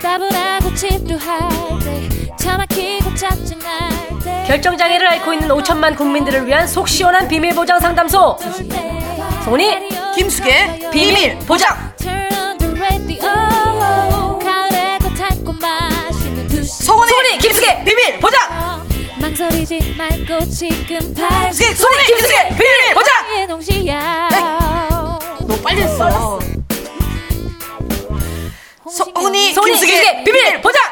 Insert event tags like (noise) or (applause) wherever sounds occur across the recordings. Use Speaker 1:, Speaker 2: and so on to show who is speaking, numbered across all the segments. Speaker 1: 잡으라고 집도할 때 차막히고 짜증날 때
Speaker 2: 결정장애를 앓고 있는 5천만 국민들을 위한 속 시원한 비밀보장 상담소 손이
Speaker 3: 김숙의 비밀 보장 소문의
Speaker 2: 소리 김숙의
Speaker 3: 비밀 보장
Speaker 1: 망설이지 말고 지금 발
Speaker 3: 김숙의 소문의 김숙의 비밀 보장
Speaker 1: 동시야
Speaker 2: 네.
Speaker 3: 너무 빨리 했어
Speaker 2: 손이
Speaker 3: 소문이 김숙의
Speaker 2: 어, 김숙의
Speaker 3: 비밀
Speaker 2: 비밀
Speaker 3: 보장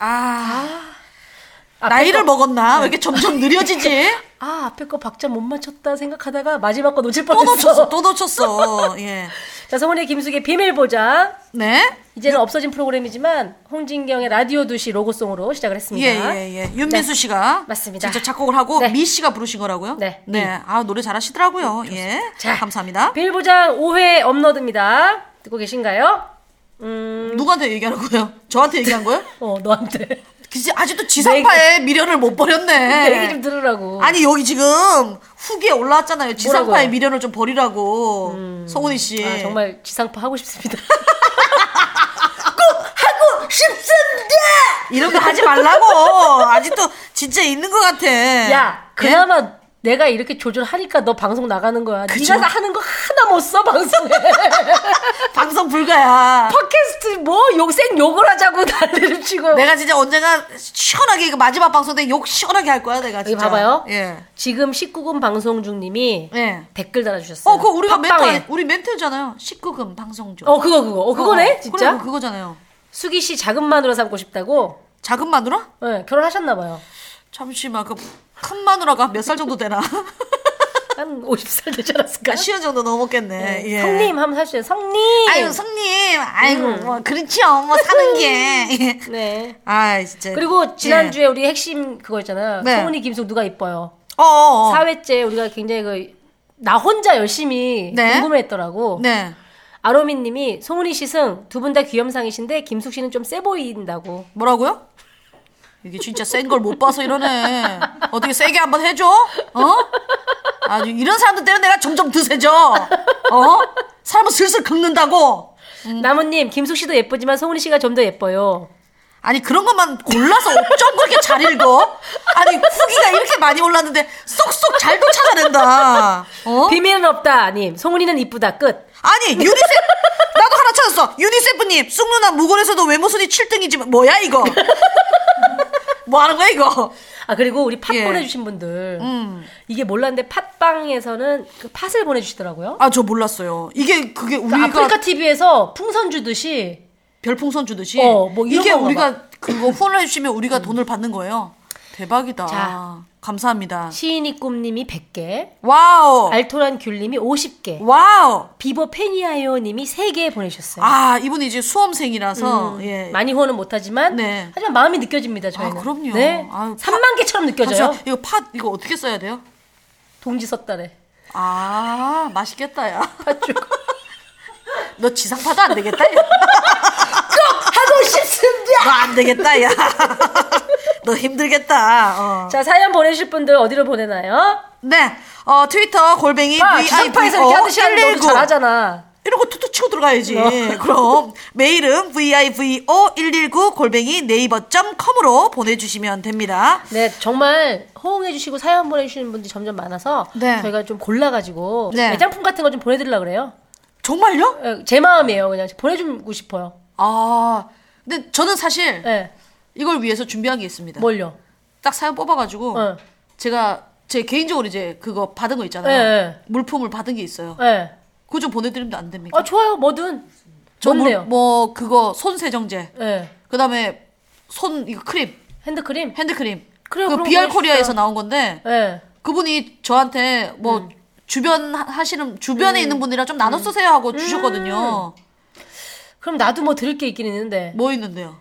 Speaker 3: 아 나이를 먹었나 왜
Speaker 2: 네.
Speaker 3: 이렇게 점점
Speaker 2: (laughs)
Speaker 3: 느려지지
Speaker 2: 아 앞에 거 박자 못 맞췄다 생각하다가 마지막 거 놓칠
Speaker 3: 또
Speaker 2: 뻔했어
Speaker 3: 놓쳤어 또 놓쳤어 예.
Speaker 2: 자 성훈이 김숙의 비밀 보장
Speaker 3: 예네
Speaker 2: 이제는 없어진 프로그램이지만 홍진경의 라디오 두시 로고송으로 시작을 했습니다.
Speaker 3: 예예예. 윤민수
Speaker 2: 네.
Speaker 3: 씨가
Speaker 2: 맞습니다.
Speaker 3: 직접 작곡을 하고
Speaker 2: 네.
Speaker 3: 미 씨가 부르신 거라고요.
Speaker 2: 네.
Speaker 3: 네. 아 노래 잘하시더라고요. 예.
Speaker 2: 자.
Speaker 3: 감사합니다.
Speaker 2: 빌보장 5회 업로드입니다. 듣고 계신가요? 음,
Speaker 3: 누구한테 얘기하는 거예요? (laughs) 저한테 얘기한 거예요?
Speaker 2: 어
Speaker 3: 네.
Speaker 2: 너한테
Speaker 3: 그지 아직도 지상파의 미련을 못
Speaker 2: 내 얘기
Speaker 3: 버렸네.
Speaker 2: 좀 들으라고.
Speaker 3: 아니 여기 지금 후기에 올라왔잖아요. 지상파의
Speaker 2: 뭐라고요?
Speaker 3: 미련을 좀 버리라고 성훈이 씨.
Speaker 2: 아, 정말 지상파 하고 싶습니다.
Speaker 3: 하고 싶습니다. 이런 거 하지 말라고. 아직도 진짜 있는 것 같아.
Speaker 2: 야,
Speaker 3: 예?
Speaker 2: 그나마 내가 이렇게 조절하니까 너 방송 나가는 거야.
Speaker 3: 그죠?
Speaker 2: 네가 하는 거 하나 못 써 방송에. (laughs)
Speaker 3: 방송 불가야.
Speaker 2: 팟캐스트 뭐 욕생 욕을 하자고 난리를 치고.
Speaker 3: 내가 진짜 언젠가 시원하게 이거 마지막 방송 때 욕 시원하게 할 거야 내가
Speaker 2: 여기
Speaker 3: 진짜.
Speaker 2: 봐봐요.
Speaker 3: 예.
Speaker 2: 지금 19금 방송 중님이
Speaker 3: 예.
Speaker 2: 댓글 달아주셨어요.
Speaker 3: 어, 그거 우리가
Speaker 2: 팟빵에.
Speaker 3: 멘트 우리 멘트잖아요. 19금 방송 중.
Speaker 2: 어, 그거 그거. 어, 그거네
Speaker 3: 어,
Speaker 2: 진짜.
Speaker 3: 그래, 그거잖아요.
Speaker 2: 수기 씨 작은 마누라 삼고 싶다고.
Speaker 3: 작은 마누라?
Speaker 2: 예, 결혼하셨나
Speaker 3: (laughs)
Speaker 2: 봐요.
Speaker 3: 잠시만 그 큰 마누라가 몇 살 정도 되나? (laughs)
Speaker 2: 한 50살 되지 않았을까?
Speaker 3: 한 시간 정도 넘었겠네. 아, 예.
Speaker 2: 성님 음. 한번 하시죠. 성님.
Speaker 3: 아유 성님. 아이고 뭐 그렇지요. 뭐
Speaker 2: (laughs)
Speaker 3: 사는 게. 예.
Speaker 2: 네.
Speaker 3: 아 진짜.
Speaker 2: 그리고 지난주에 우리 핵심 그거 있잖아.
Speaker 3: 예. 네.
Speaker 2: 성훈이 김숙 누가 이뻐요?
Speaker 3: 어. 어, 어.
Speaker 2: 사회째 우리가 굉장히 그 나 혼자 열심히
Speaker 3: 네.
Speaker 2: 궁금해했더라고.
Speaker 3: 네.
Speaker 2: 아로미님이 송은이 씨승 두 분 다 귀염상이신데 김숙 씨는 좀 세 보인다고.
Speaker 3: 뭐라고요? 이게 진짜 센 걸 못 봐서 이러네. 어떻게 세게 한번 해줘? 어? 아주 이런 사람들 때문에 내가 점점 드세져. 어? 사람은 슬슬 긁는다고.
Speaker 2: 나무님 김숙 씨도 예쁘지만 송은이 씨가 좀 더 예뻐요.
Speaker 3: 아니 그런 것만 골라서 어쩜 그렇게 잘 읽어? 아니 후기가 이렇게 많이 올랐는데 쏙쏙 잘도 찾아낸다. 어?
Speaker 2: 비밀은 없다 님. 송은이는 이쁘다 끝.
Speaker 3: 아니 유니셉 나도 하나 찾았어. 유니셉님 쑥누나 무골에서도 외모 순위 7등이지만 뭐야 이거? 뭐 하는 거야 이거?
Speaker 2: 아 그리고 우리 팟
Speaker 3: 예.
Speaker 2: 보내주신 분들
Speaker 3: 음.
Speaker 2: 이게 몰랐는데 팟빵에서는 그 팟을 보내주시더라고요.
Speaker 3: 아 저 몰랐어요. 이게 그게 우리가
Speaker 2: 아프리카 TV에서 풍선 주듯이
Speaker 3: 별풍선 주듯이
Speaker 2: 어, 뭐 이런
Speaker 3: 이게
Speaker 2: 건가
Speaker 3: 우리가 그거 후원해 주시면 우리가 돈을 받는 거예요. 대박이다.
Speaker 2: 음. 자.
Speaker 3: 감사합니다.
Speaker 2: 시인이 꿈님이 100개,
Speaker 3: 와우.
Speaker 2: 알토란 귤님이 50개,
Speaker 3: 와우.
Speaker 2: 비버 페니아요님이 3개 보내셨어요.
Speaker 3: 아 이분이 이제 수험생이라서
Speaker 2: 음,
Speaker 3: 예.
Speaker 2: 많이 후원은 못하지만
Speaker 3: 네.
Speaker 2: 하지만 마음이 느껴집니다 저희는.
Speaker 3: 아, 그럼요.
Speaker 2: 네.
Speaker 3: 아유,
Speaker 2: 3만 개처럼 느껴져요.
Speaker 3: 잠시만, 이거 팥 이거 어떻게 써야 돼요?
Speaker 2: 동지 썼다래.
Speaker 3: (laughs) 아 맛있겠다 야. (laughs)
Speaker 2: 팥죽.
Speaker 3: 너 지상파도 안 되겠다. 야. 하고 싶습니다. 너안 되겠다 야. (laughs) 너 힘들겠다. 어.
Speaker 2: 자 사연 보내실 분들 어디로 보내나요?
Speaker 3: 네. 어 트위터 골뱅이
Speaker 2: 아, 지상파에서 이렇게
Speaker 3: VIPO
Speaker 2: 하듯이 하는 거
Speaker 3: 119
Speaker 2: 너무 잘하잖아.
Speaker 3: 이런 거 툭툭 치고 들어가야지.
Speaker 2: 어.
Speaker 3: 그럼 메일은 vivo119 골뱅이 네이버.com으로 보내주시면 됩니다.
Speaker 2: 네, 정말 호응해주시고 사연 보내주시는 분들이 점점 많아서
Speaker 3: 네.
Speaker 2: 저희가 좀 골라가지고
Speaker 3: 네.
Speaker 2: 애장품 같은 거 좀 보내드리려 그래요.
Speaker 3: 정말요?
Speaker 2: 예, 제 마음이에요, 그냥 보내주고 싶어요.
Speaker 3: 아, 근데 저는 사실
Speaker 2: 예,
Speaker 3: 이걸 위해서 준비한 게 있습니다.
Speaker 2: 뭘요?
Speaker 3: 딱 사연 뽑아가지고
Speaker 2: 어.
Speaker 3: 제가 제 개인적으로 이제 그거 받은 거 있잖아요.
Speaker 2: 네, 네.
Speaker 3: 물품을 받은 게 있어요.
Speaker 2: 예,
Speaker 3: 그거 좀 보내드리면 안 됩니까?
Speaker 2: 아 좋아요, 뭐든.
Speaker 3: 저 물-
Speaker 2: 좋네요.
Speaker 3: 뭐 그거 손 세정제,
Speaker 2: 예,
Speaker 3: 그다음에 손 이거 크림,
Speaker 2: 핸드크림.
Speaker 3: 핸드크림.
Speaker 2: 그래요,
Speaker 3: 그
Speaker 2: 그럼
Speaker 3: 비알
Speaker 2: 보내주세요.
Speaker 3: 코리아에서 나온 건데
Speaker 2: 예.
Speaker 3: 그분이 저한테 뭐
Speaker 2: 음.
Speaker 3: 주변 하- 하시는 주변에 있는 분들이랑 좀 나눠 쓰세요 하고
Speaker 2: 음.
Speaker 3: 주셨거든요.
Speaker 2: 그럼 나도 뭐 드릴 게 있긴 있는데
Speaker 3: 뭐 있는데요?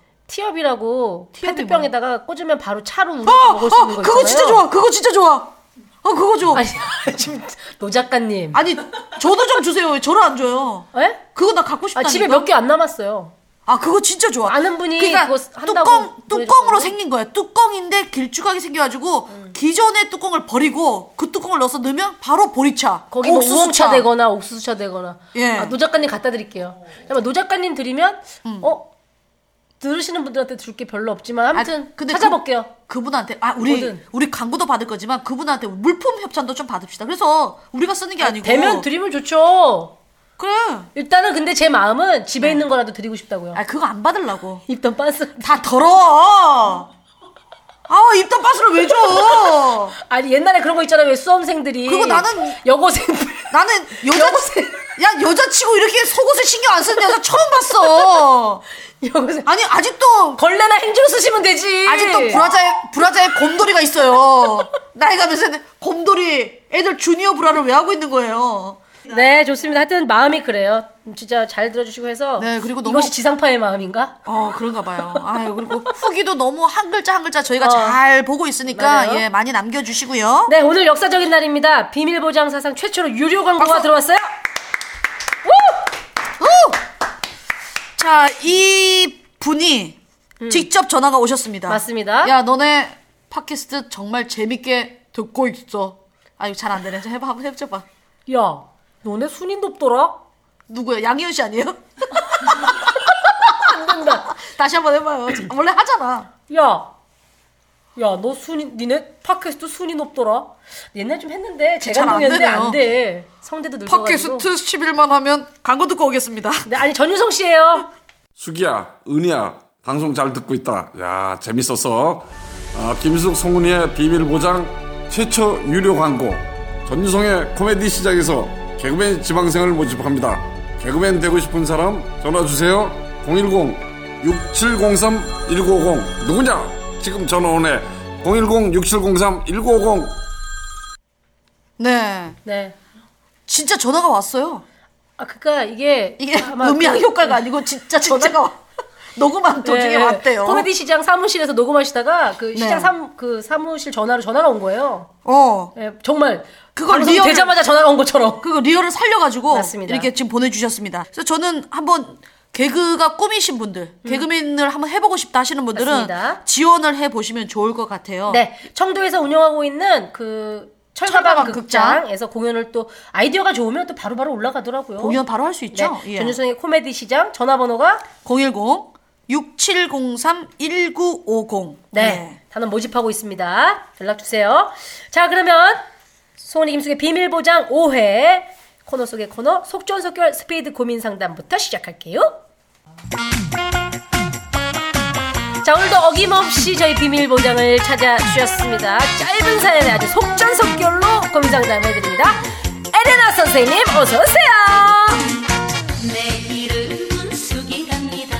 Speaker 2: 티업이라고
Speaker 3: 티업이
Speaker 2: 페트병에다가 꽂으면 바로 차로 우려서
Speaker 3: 아,
Speaker 2: 먹을 수 있는 거 있잖아요.
Speaker 3: 그거 진짜 좋아. 그거 진짜 좋아. 어, 그거 줘. 아니,
Speaker 2: 아니 (laughs) 지금 노 작가님.
Speaker 3: 저도 좀 주세요. 왜 저를 안 줘요?
Speaker 2: 예?
Speaker 3: 그거 나 갖고
Speaker 2: 아
Speaker 3: 싶다니까.
Speaker 2: 집에 몇 개 안 남았어요.
Speaker 3: 아, 그거 진짜 좋아.
Speaker 2: 아는 분이
Speaker 3: 그러니까
Speaker 2: 그거 한다고
Speaker 3: 뚜껑 뚜껑으로
Speaker 2: 보내줬거든요. 음.
Speaker 3: 생긴 거야. 뚜껑인데 길쭉하게 생겨가지고 기존의 뚜껑을 버리고 그 뚜껑을 넣어서 넣으면 바로 보리차.
Speaker 2: 거기 뭐
Speaker 3: 옥수수차.
Speaker 2: 우엉차 되거나 옥수수차 되거나.
Speaker 3: 예.
Speaker 2: 아, 노 작가님 갖다 드릴게요. 잠깐만 노 작가님 드리면 어 들으시는 분들한테 줄 게 별로 없지만 아무튼
Speaker 3: 음. 아, 근데
Speaker 2: 찾아볼게요.
Speaker 3: 그, 분한테 아, 우리,
Speaker 2: 뭐든.
Speaker 3: 우리 광고도 받을 거지만 그분한테 물품 협찬도 좀 받읍시다. 그래서 우리가 쓰는 게 아니고.
Speaker 2: 되면 드리면 좋죠.
Speaker 3: 그래.
Speaker 2: 일단은 근데 제 마음은
Speaker 3: 네.
Speaker 2: 집에 있는 거라도 드리고 싶다고요.
Speaker 3: 아, 그거 안 받으려고.
Speaker 2: 입던 빤스.
Speaker 3: 다 더러워. 아, 입던 바스를 왜 줘?
Speaker 2: (laughs) 아니 옛날에 그런 거 있잖아요. 왜 수험생들이
Speaker 3: 그거 나는-
Speaker 2: 여고생 (laughs)
Speaker 3: 나는 여자,
Speaker 2: 여보세요?
Speaker 3: 야, 여자치고 이렇게 속옷을 신경 안 쓰는 여자 처음 봤어.
Speaker 2: 여고생
Speaker 3: 아니, 아직도
Speaker 2: 걸레나 행주로 쓰시면 되지.
Speaker 3: 아직도 브라자에 브라자에 곰돌이가 있어요. 나이가 몇세는 곰돌이 애들 주니어 브라를 왜 하고 있는 거예요?
Speaker 2: 네 좋습니다. 하여튼 마음이 그래요. 진짜 잘 들어주시고 해서
Speaker 3: 네, 그리고 너무-
Speaker 2: 이것이 지상파의 마음인가?
Speaker 3: 어 그런가 봐요. 아유 그리고 후기도 너무 한 글자 한 글자 저희가
Speaker 2: 어.
Speaker 3: 잘 보고 있으니까
Speaker 2: 맞아요.
Speaker 3: 예 많이 남겨주시고요.
Speaker 2: 네 오늘 역사적인 날입니다. 비밀보장 사상 최초로 유료 광고가
Speaker 3: 박수!
Speaker 2: 들어왔어요.
Speaker 3: 우! 자이 분이 직접 전화가 오셨습니다.
Speaker 2: 음. 맞습니다.
Speaker 3: 야 너네 팟캐스트 정말 재밌게 듣고 있어. 아유 잘 안 되네. 자, 해봐 한번 해줘봐.
Speaker 2: 야 너네 순위 높더라.
Speaker 3: 누구야 양희은 씨 아니에요? (laughs)
Speaker 2: 안 된다.
Speaker 3: 다시 한번 해봐요. 원래 하잖아.
Speaker 2: 야, 야, 너 순위, 니네 팟캐스트 순위 높더라. 옛날 좀 했는데 제가
Speaker 3: 잘안
Speaker 2: 동이었는데
Speaker 3: 되네요.
Speaker 2: 안 돼. 성대도 늘어가지고.
Speaker 3: 팟캐스트 11만 하면 광고 듣고 오겠습니다.
Speaker 2: 네, 아니 전유성 씨예요.
Speaker 4: 수기야, 은희야, 방송 잘 듣고 있다. 야, 재밌었어. 아, 김숙, 송은이의 비밀보장 최초 유료 광고. 전유성의 코미디 시작에서 개그맨 지방생을 모집합니다. 개그맨 되고 싶은 사람 전화주세요. 010-6703-150. 누구냐? 지금 전화 오네. 010-6703-150.
Speaker 3: 네.
Speaker 2: 네.
Speaker 3: 진짜 전화가 왔어요.
Speaker 2: 아, 그니까 이게
Speaker 3: 이게
Speaker 2: 아마
Speaker 3: 음향
Speaker 2: 그-
Speaker 3: 효과가 아니고 진짜 전화가 와. 녹음한 도중에
Speaker 2: 네,
Speaker 3: 왔대요.
Speaker 2: 코미디 시장 사무실에서 녹음하시다가 그 시장
Speaker 3: 네.
Speaker 2: 사무 그 사무실 전화로 전화가 온 거예요.
Speaker 3: 어.
Speaker 2: 네, 정말
Speaker 3: 그걸
Speaker 2: 방송
Speaker 3: 리얼을-
Speaker 2: 되자마자 전화가 온 것처럼.
Speaker 3: 그거 리얼을 살려가지고
Speaker 2: 맞습니다.
Speaker 3: 이렇게 지금 보내주셨습니다. 그래서 저는 한번 개그가 꿈이신 분들, 개그맨을 한번 해보고 싶다 하시는 분들은
Speaker 2: 음. 맞습니다.
Speaker 3: 지원을 해보시면 좋을 것 같아요.
Speaker 2: 네, 청도에서 운영하고 있는 그 철가방
Speaker 3: 철가방 극장.
Speaker 2: 극장에서 공연을 또 아이디어가 좋으면 또 바로바로 올라가더라고요.
Speaker 3: 공연 바로 할 수
Speaker 2: 네,
Speaker 3: 있죠? 예.
Speaker 2: 전유성의 코미디 시장 전화번호가
Speaker 3: 010 6703 1950.
Speaker 2: 네,
Speaker 3: 예.
Speaker 2: 단원 모집하고 있습니다. 연락 주세요. 자 그러면 소원이 김숙의 비밀 보장 5회 코너 속의 코너 속전속결 스피드 고민 상담부터 시작할게요. 자 오늘도 어김없이 저희 비밀 보장을 찾아주셨습니다. 짧은 사연에 아주 속전속결로 고민 상담해드립니다. 에레나 선생님 어서 오세요.
Speaker 5: 내 이름은 숙이랍니다.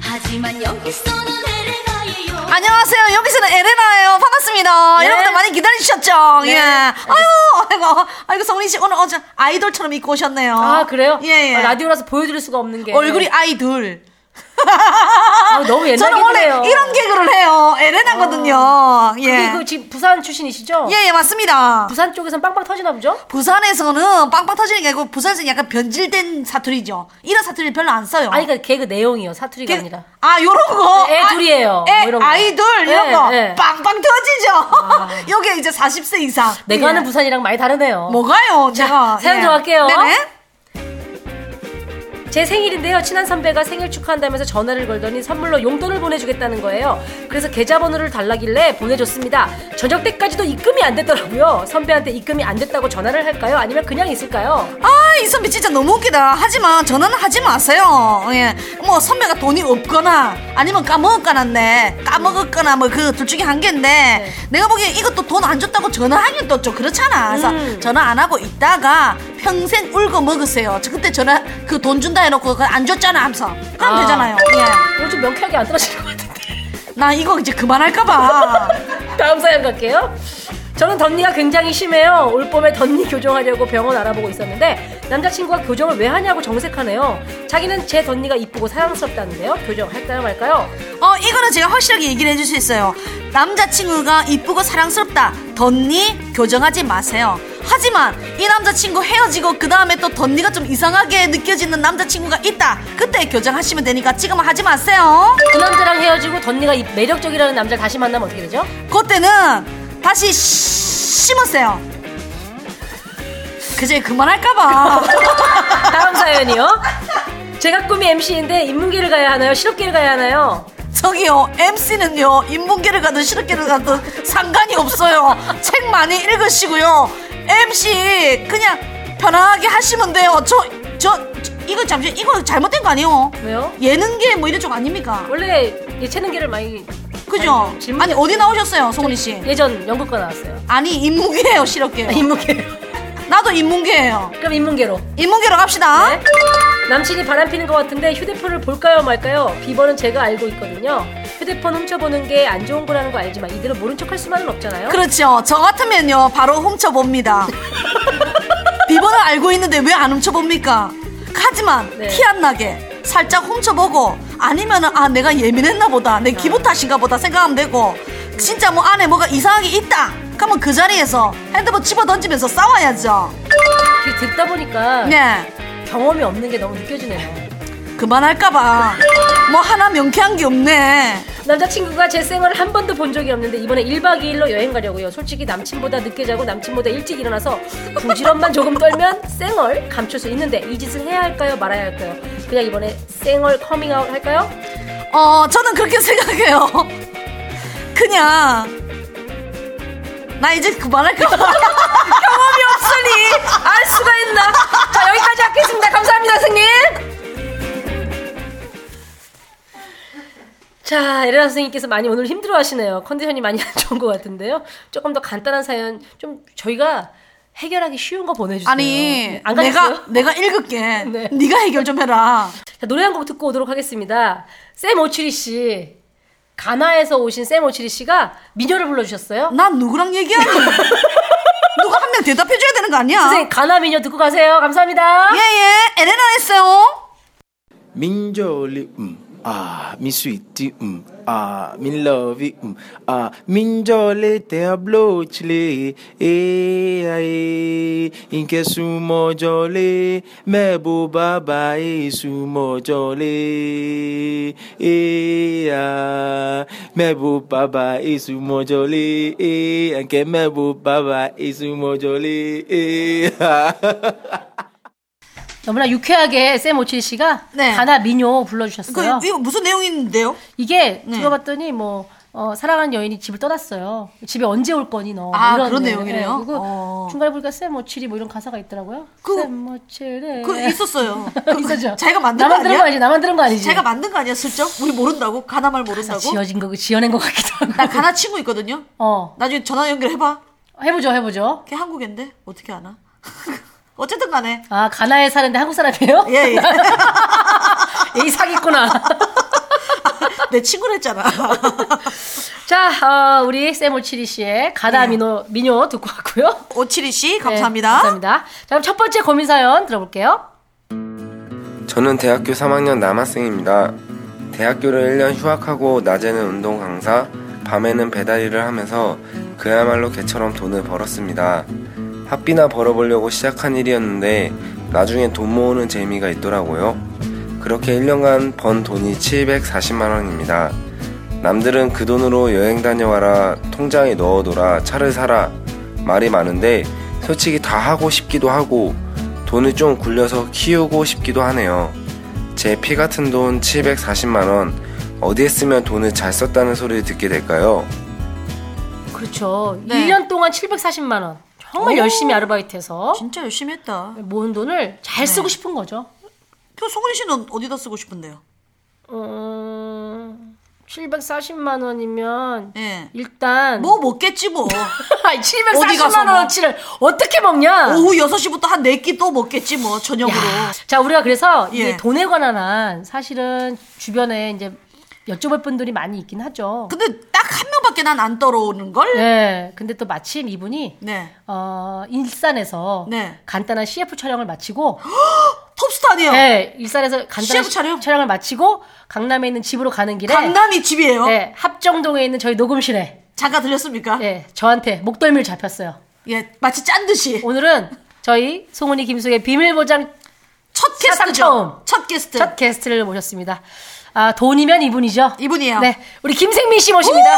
Speaker 5: 하지만 여기서는 에레나예요.
Speaker 3: 안녕하세요. 여기서는 에레나예요. 반갑습니다.
Speaker 2: 예.
Speaker 3: 여러분들 많이 기다리셨죠?
Speaker 2: 네.
Speaker 3: 예. 아유, 아이고, 아이고, 성린 씨 오늘 어제 아이돌처럼 입고 오셨네요.
Speaker 2: 아 그래요?
Speaker 3: 예, 예.
Speaker 2: 아, 라디오라서 보여드릴 수가 없는 게
Speaker 3: 얼굴이 아이돌.
Speaker 2: 아, 너무 옛날
Speaker 3: 저는 원래
Speaker 2: 개그네요. 어,
Speaker 3: 이런 개그를 해요. 에레나거든요. 예.
Speaker 2: 그리고 지금 부산 출신이시죠?
Speaker 3: 예, 예, 맞습니다.
Speaker 2: 부산 쪽에서는 빵빵 터지나 보죠?
Speaker 3: 부산에서는 빵빵 터지는 게 아니고 부산에서는 약간 변질된 사투리죠. 이런 사투리를 별로 안 써요.
Speaker 2: 아니 그러니까 개그 내용이요 사투리가
Speaker 3: 개-
Speaker 2: 아니라
Speaker 3: 아, 요런 거.
Speaker 2: 애
Speaker 3: 아,
Speaker 2: 둘이에요.
Speaker 3: 애,
Speaker 2: 뭐 이런 거.
Speaker 3: 아이돌, 이런
Speaker 2: 예,
Speaker 3: 거.
Speaker 2: 예. 아.
Speaker 3: 빵빵 터지죠. (laughs) 요게 이제 40세 이상.
Speaker 2: 내가 하는
Speaker 3: 예.
Speaker 2: 부산이랑 많이 다르네요
Speaker 3: 뭐가요? 제가 예.
Speaker 2: 사연 들어갈게요.
Speaker 3: 네네.
Speaker 2: 제 생일인데요 친한 선배가 생일 축하한다면서 전화를 걸더니 선물로 용돈을 보내주겠다는 거예요 그래서 계좌번호를 달라길래 보내줬습니다 저녁 때까지도 입금이 안 됐더라고요 선배한테 입금이 안 됐다고 전화를 할까요? 아니면 그냥 있을까요?
Speaker 3: 아, 이 선배 진짜 너무 웃기다. 하지만 전화는 하지 마세요. 예. 뭐 선배가 돈이 없거나 아니면 까먹었거나네. 까먹었거나 뭐 그 둘 중에 한 개인데 내가 보기엔 이것도 돈 안 줬다고 전화하긴 또 좀 그렇잖아. 그래서 전화 안 하고 있다가 평생 울고 먹으세요. 저 그때 전화 그 돈 준다 해놓고 그거 안 줬잖아 하면서 그럼
Speaker 2: 아.
Speaker 3: 되잖아요. 예.
Speaker 2: 요즘 명쾌하게 안 떨어지는 것 같은데
Speaker 3: 나 이거 이제 그만할까봐.
Speaker 2: 다음 사연 갈게요. 저는 덧니가 굉장히 심해요. 올 봄에 덧니 교정하려고 병원 알아보고 있었는데 남자친구가 교정을 왜 하냐고 정색하네요. 자기는 제 덧니가 이쁘고 사랑스럽다는데요. 교정할까요 말까요?
Speaker 3: 어, 이거는 제가 확실하게 얘기를 해줄 수 있어요. 남자친구가 이쁘고 사랑스럽다. 덧니 교정하지 마세요. 하지만 이 남자친구 헤어지고 그 다음에 또 덧니가 좀 이상하게 느껴지는 남자친구가 있다. 그때 교정하시면 되니까 지금은 하지 마세요.
Speaker 2: 그 남자랑 헤어지고 덧니가 이- 매력적이라는 남자를 다시 만나면 어떻게 되죠?
Speaker 3: 그때는 다시 씨- 심으세요. 그제 그만할까봐.
Speaker 2: 다음 사연이요. 제가 꿈이 MC인데 인문계를 가야 하나요? 실업계를 가야 하나요?
Speaker 3: 저기요, MC는요, 인문계를 가든 실업계를 가든 상관이 없어요. 책 많이 읽으시고요. MC, 그냥 편하게 하시면 돼요. 저, 저, 저, 이거 잠시, 이거 잘못된 거 아니에요?
Speaker 2: 왜요?
Speaker 3: 예능계 뭐 이런 쪽 아닙니까?
Speaker 2: 원래 예체능계를 많이
Speaker 3: 그죠?
Speaker 2: 아니, 질문-
Speaker 3: 아니, 어디 나오셨어요, 송은이 씨?
Speaker 2: 예전 연극과 나왔어요.
Speaker 3: 아니, 인문계예요, 실업계예요.
Speaker 2: 인문계.
Speaker 3: 나도 인문계예요.
Speaker 2: 그럼 인문계로.
Speaker 3: 인문계로 갑시다.
Speaker 2: 네? 남친이 바람 피는 것 같은데 휴대폰을 볼까요 말까요? 비번은 제가 알고 있거든요. 휴대폰 훔쳐보는 게 안 좋은 거라는 거 알지만 이대로 모른 척 할 수만은 없잖아요.
Speaker 3: 그렇죠. 저 같으면요, 바로 훔쳐봅니다. 비번을 알고 있는데 왜 안 훔쳐봅니까? 하지만
Speaker 2: 네.
Speaker 3: 티 안 나게 살짝 훔쳐보고 아니면 은아 내가 예민했나 보다 내 기분 탓인가 보다 생각하면 되고 진짜 뭐 안에 뭐가 이상하게 있다 그러면 그 자리에서 핸드폰 집어 던지면서 싸워야죠
Speaker 2: 이렇게 듣다 보니까
Speaker 3: 네
Speaker 2: 경험이 없는 게 너무 느껴지네요.
Speaker 3: 그만할까봐 뭐 하나 명쾌한 게 없네
Speaker 2: 남자친구가 제 생얼을 한 번도 본 적이 없는데 이번에 1박 2일로 여행 가려고요. 솔직히 남친보다 늦게 자고 남친보다 일찍 일어나서 부지런만 조금 떨면 생얼 감출 수 있는데 이 짓을 해야 할까요? 말아야 할까요? 그냥 이번에 생얼 커밍아웃 할까요?
Speaker 3: 어, 저는 그렇게 (laughs) 생각해요. 그냥 나 이제 그만할까? (laughs) 경험이 없으니 알 수가 있나?
Speaker 2: 자 여기까지 하겠습니다. 감사합니다, 선생님. 자, 에레나 선생님께서 많이 오늘 힘들어하시네요. 컨디션이 많이 안 좋은 것 같은데요. 조금 더 간단한 사연 좀 저희가 해결하기 쉬운 거 보내주세요.
Speaker 3: 아니
Speaker 2: 네, 안
Speaker 3: 내가
Speaker 2: 가겠어요?
Speaker 3: 내가 읽을게.
Speaker 2: 네.
Speaker 3: 네. 가 해결 좀 해라.
Speaker 2: 자, 노래 한 곡 듣고 오도록 하겠습니다. 쌤 오칠이 씨. 가나에서 오신 쌤 오칠이 씨가 미녀를 불러주셨어요.
Speaker 3: 난 누구랑
Speaker 2: (laughs)
Speaker 3: 얘기하니? 누가 한 명 대답해줘야 되는 거 아니야?
Speaker 2: 선생님, 가나 미녀 듣고 가세요. 감사합니다.
Speaker 3: 예예 에레나 했어요.
Speaker 6: 민절이
Speaker 7: mm,
Speaker 6: 음.
Speaker 7: ah,
Speaker 6: 아, 미 스위티 음. 아, 미 러비 음.
Speaker 7: mm, ah,
Speaker 6: 아, 민절레 테블로치레
Speaker 7: eh,
Speaker 6: 에아에 인케 수모절레 메보 바바에 수모절레
Speaker 7: eh, ah,
Speaker 6: 에아 메보 바바에 수모절레
Speaker 7: eh,
Speaker 6: 에 인케 메보 바바에 수모절레
Speaker 7: eh, ah.
Speaker 6: 에아
Speaker 2: 너무나 유쾌하게 쌤 오칠이 씨가
Speaker 3: 네.
Speaker 2: 가나 미녀
Speaker 3: 그
Speaker 2: 불러주셨어요.
Speaker 3: 이거 무슨 내용인데요?
Speaker 2: 이게
Speaker 3: 네.
Speaker 2: 들어봤더니 뭐 어, 사랑하는 여인이 집을 떠났어요. 집에 언제 올 거니 너?
Speaker 3: 아,
Speaker 2: 이런
Speaker 3: 그런
Speaker 2: 네,
Speaker 3: 내용이네요?
Speaker 2: 네, 그리고
Speaker 3: 어.
Speaker 2: 중간에 보니까 쌤모칠이 뭐 이런 가사가 있더라고요.
Speaker 3: 그-
Speaker 2: 쌤모칠이 뭐
Speaker 3: 그
Speaker 2: (laughs)
Speaker 3: 있었어요.
Speaker 2: 네. 있었죠.
Speaker 3: 자기가 만든
Speaker 2: 나만
Speaker 3: 거
Speaker 2: 들은
Speaker 3: 아니야?
Speaker 2: 거 아니지? 나만 들은 거 아니지?
Speaker 3: 제가 만든 거 아니야 슬쩍? 우리 모른다고? 가나말
Speaker 2: 아,
Speaker 3: 모른다고?
Speaker 2: 지어진 거고 지어낸 거 같기도 하고.
Speaker 3: 나 가나 친구 있거든요.
Speaker 2: 어
Speaker 3: 나중에 전화 연결해봐.
Speaker 2: 해보죠 해보죠.
Speaker 3: 걔 한국인데 어떻게 아나? (laughs) 어쨌든 간에
Speaker 2: 아 가나에 사는데 한국 사람이에요?
Speaker 3: 예, (laughs) 예.
Speaker 2: (laughs) 이 사기꾼아.
Speaker 3: 내 친구를 했잖아. (laughs)
Speaker 2: 자, 어, 우리 쌤오칠이 씨의 가나
Speaker 3: 네.
Speaker 2: 미노, 미녀 듣고 왔고요.
Speaker 3: 오칠이 씨
Speaker 2: 네,
Speaker 3: 감사합니다.
Speaker 2: 감사합니다. 자, 그럼 첫 번째 고민 사연 들어볼게요.
Speaker 8: 저는 대학교 3학년 남학생입니다. 대학교를 1년 휴학하고 낮에는 운동 강사, 밤에는 배달 일을 하면서 그야말로 개처럼 돈을 벌었습니다. 학비나 벌어보려고 시작한 일이었는데 나중에 돈 모으는 재미가 있더라고요. 그렇게 1년간 번 돈이 740만 원입니다. 남들은 그 돈으로 여행 다녀와라, 통장에 넣어둬라, 차를 사라 말이 많은데 솔직히 다 하고 싶기도 하고 돈을 좀 굴려서 키우고 싶기도 하네요. 제 피 같은 돈 740만원, 어디에 쓰면 돈을 잘 썼다는 소리를 듣게 될까요?
Speaker 2: 그렇죠.
Speaker 3: 네.
Speaker 2: 1년 동안 740만 원. 정말 열심히 아르바이트해서
Speaker 3: 진짜 네. 열심히 했다.
Speaker 2: 모은 돈을 잘 쓰고 싶은 거죠.
Speaker 3: 그 송은이 씨는 어디다 쓰고 싶은데요? 어,
Speaker 2: 음, 740만 원이면
Speaker 3: 예.
Speaker 2: 일단
Speaker 3: 뭐 먹겠지 뭐.
Speaker 2: (laughs) 아니,
Speaker 3: 어디 가서
Speaker 2: 740만
Speaker 3: 뭐?
Speaker 2: 원어치를 어떻게 먹냐?
Speaker 3: 오후 6시부터 한 4끼 또 먹겠지 뭐 저녁으로.
Speaker 2: 야. 자, 우리가 그래서 이
Speaker 3: 예.
Speaker 2: 돈에 관한 한 사실은 주변에 이제 여쭤볼 분들이 많이 있긴 하죠.
Speaker 3: 근데 딱 한 명밖에 난 안 떨어오는 걸?
Speaker 2: 네. 근데 또 마침 이분이
Speaker 3: 네.
Speaker 2: 어, 일산에서
Speaker 3: 네.
Speaker 2: 간단한 CF 촬영을 마치고
Speaker 3: 톱스타 아니에요.
Speaker 2: 네, 일산에서 간단한
Speaker 3: CF 어. 촬영?
Speaker 2: 을 마치고 강남에 있는 집으로 가는 길에
Speaker 3: 강남이 어? 집이에요.
Speaker 2: 네, 합정동에 있는 저희 녹음실에
Speaker 3: 잠깐 들렸습니까? 예.
Speaker 2: 예, 저한테 목덜미를 잡혔어요.
Speaker 3: 마치 짠 듯이
Speaker 2: 오늘은 저희 송은이 김숙의 비밀 보장
Speaker 3: 첫
Speaker 2: 세상
Speaker 3: 게스트죠.
Speaker 2: 처음.
Speaker 3: 첫 게스트.
Speaker 2: 첫 게스트를 모셨습니다. 아, 돈이면 이분이죠.
Speaker 3: 네. 이분이에요.
Speaker 2: 네, 우리 김생민 씨 모십니다.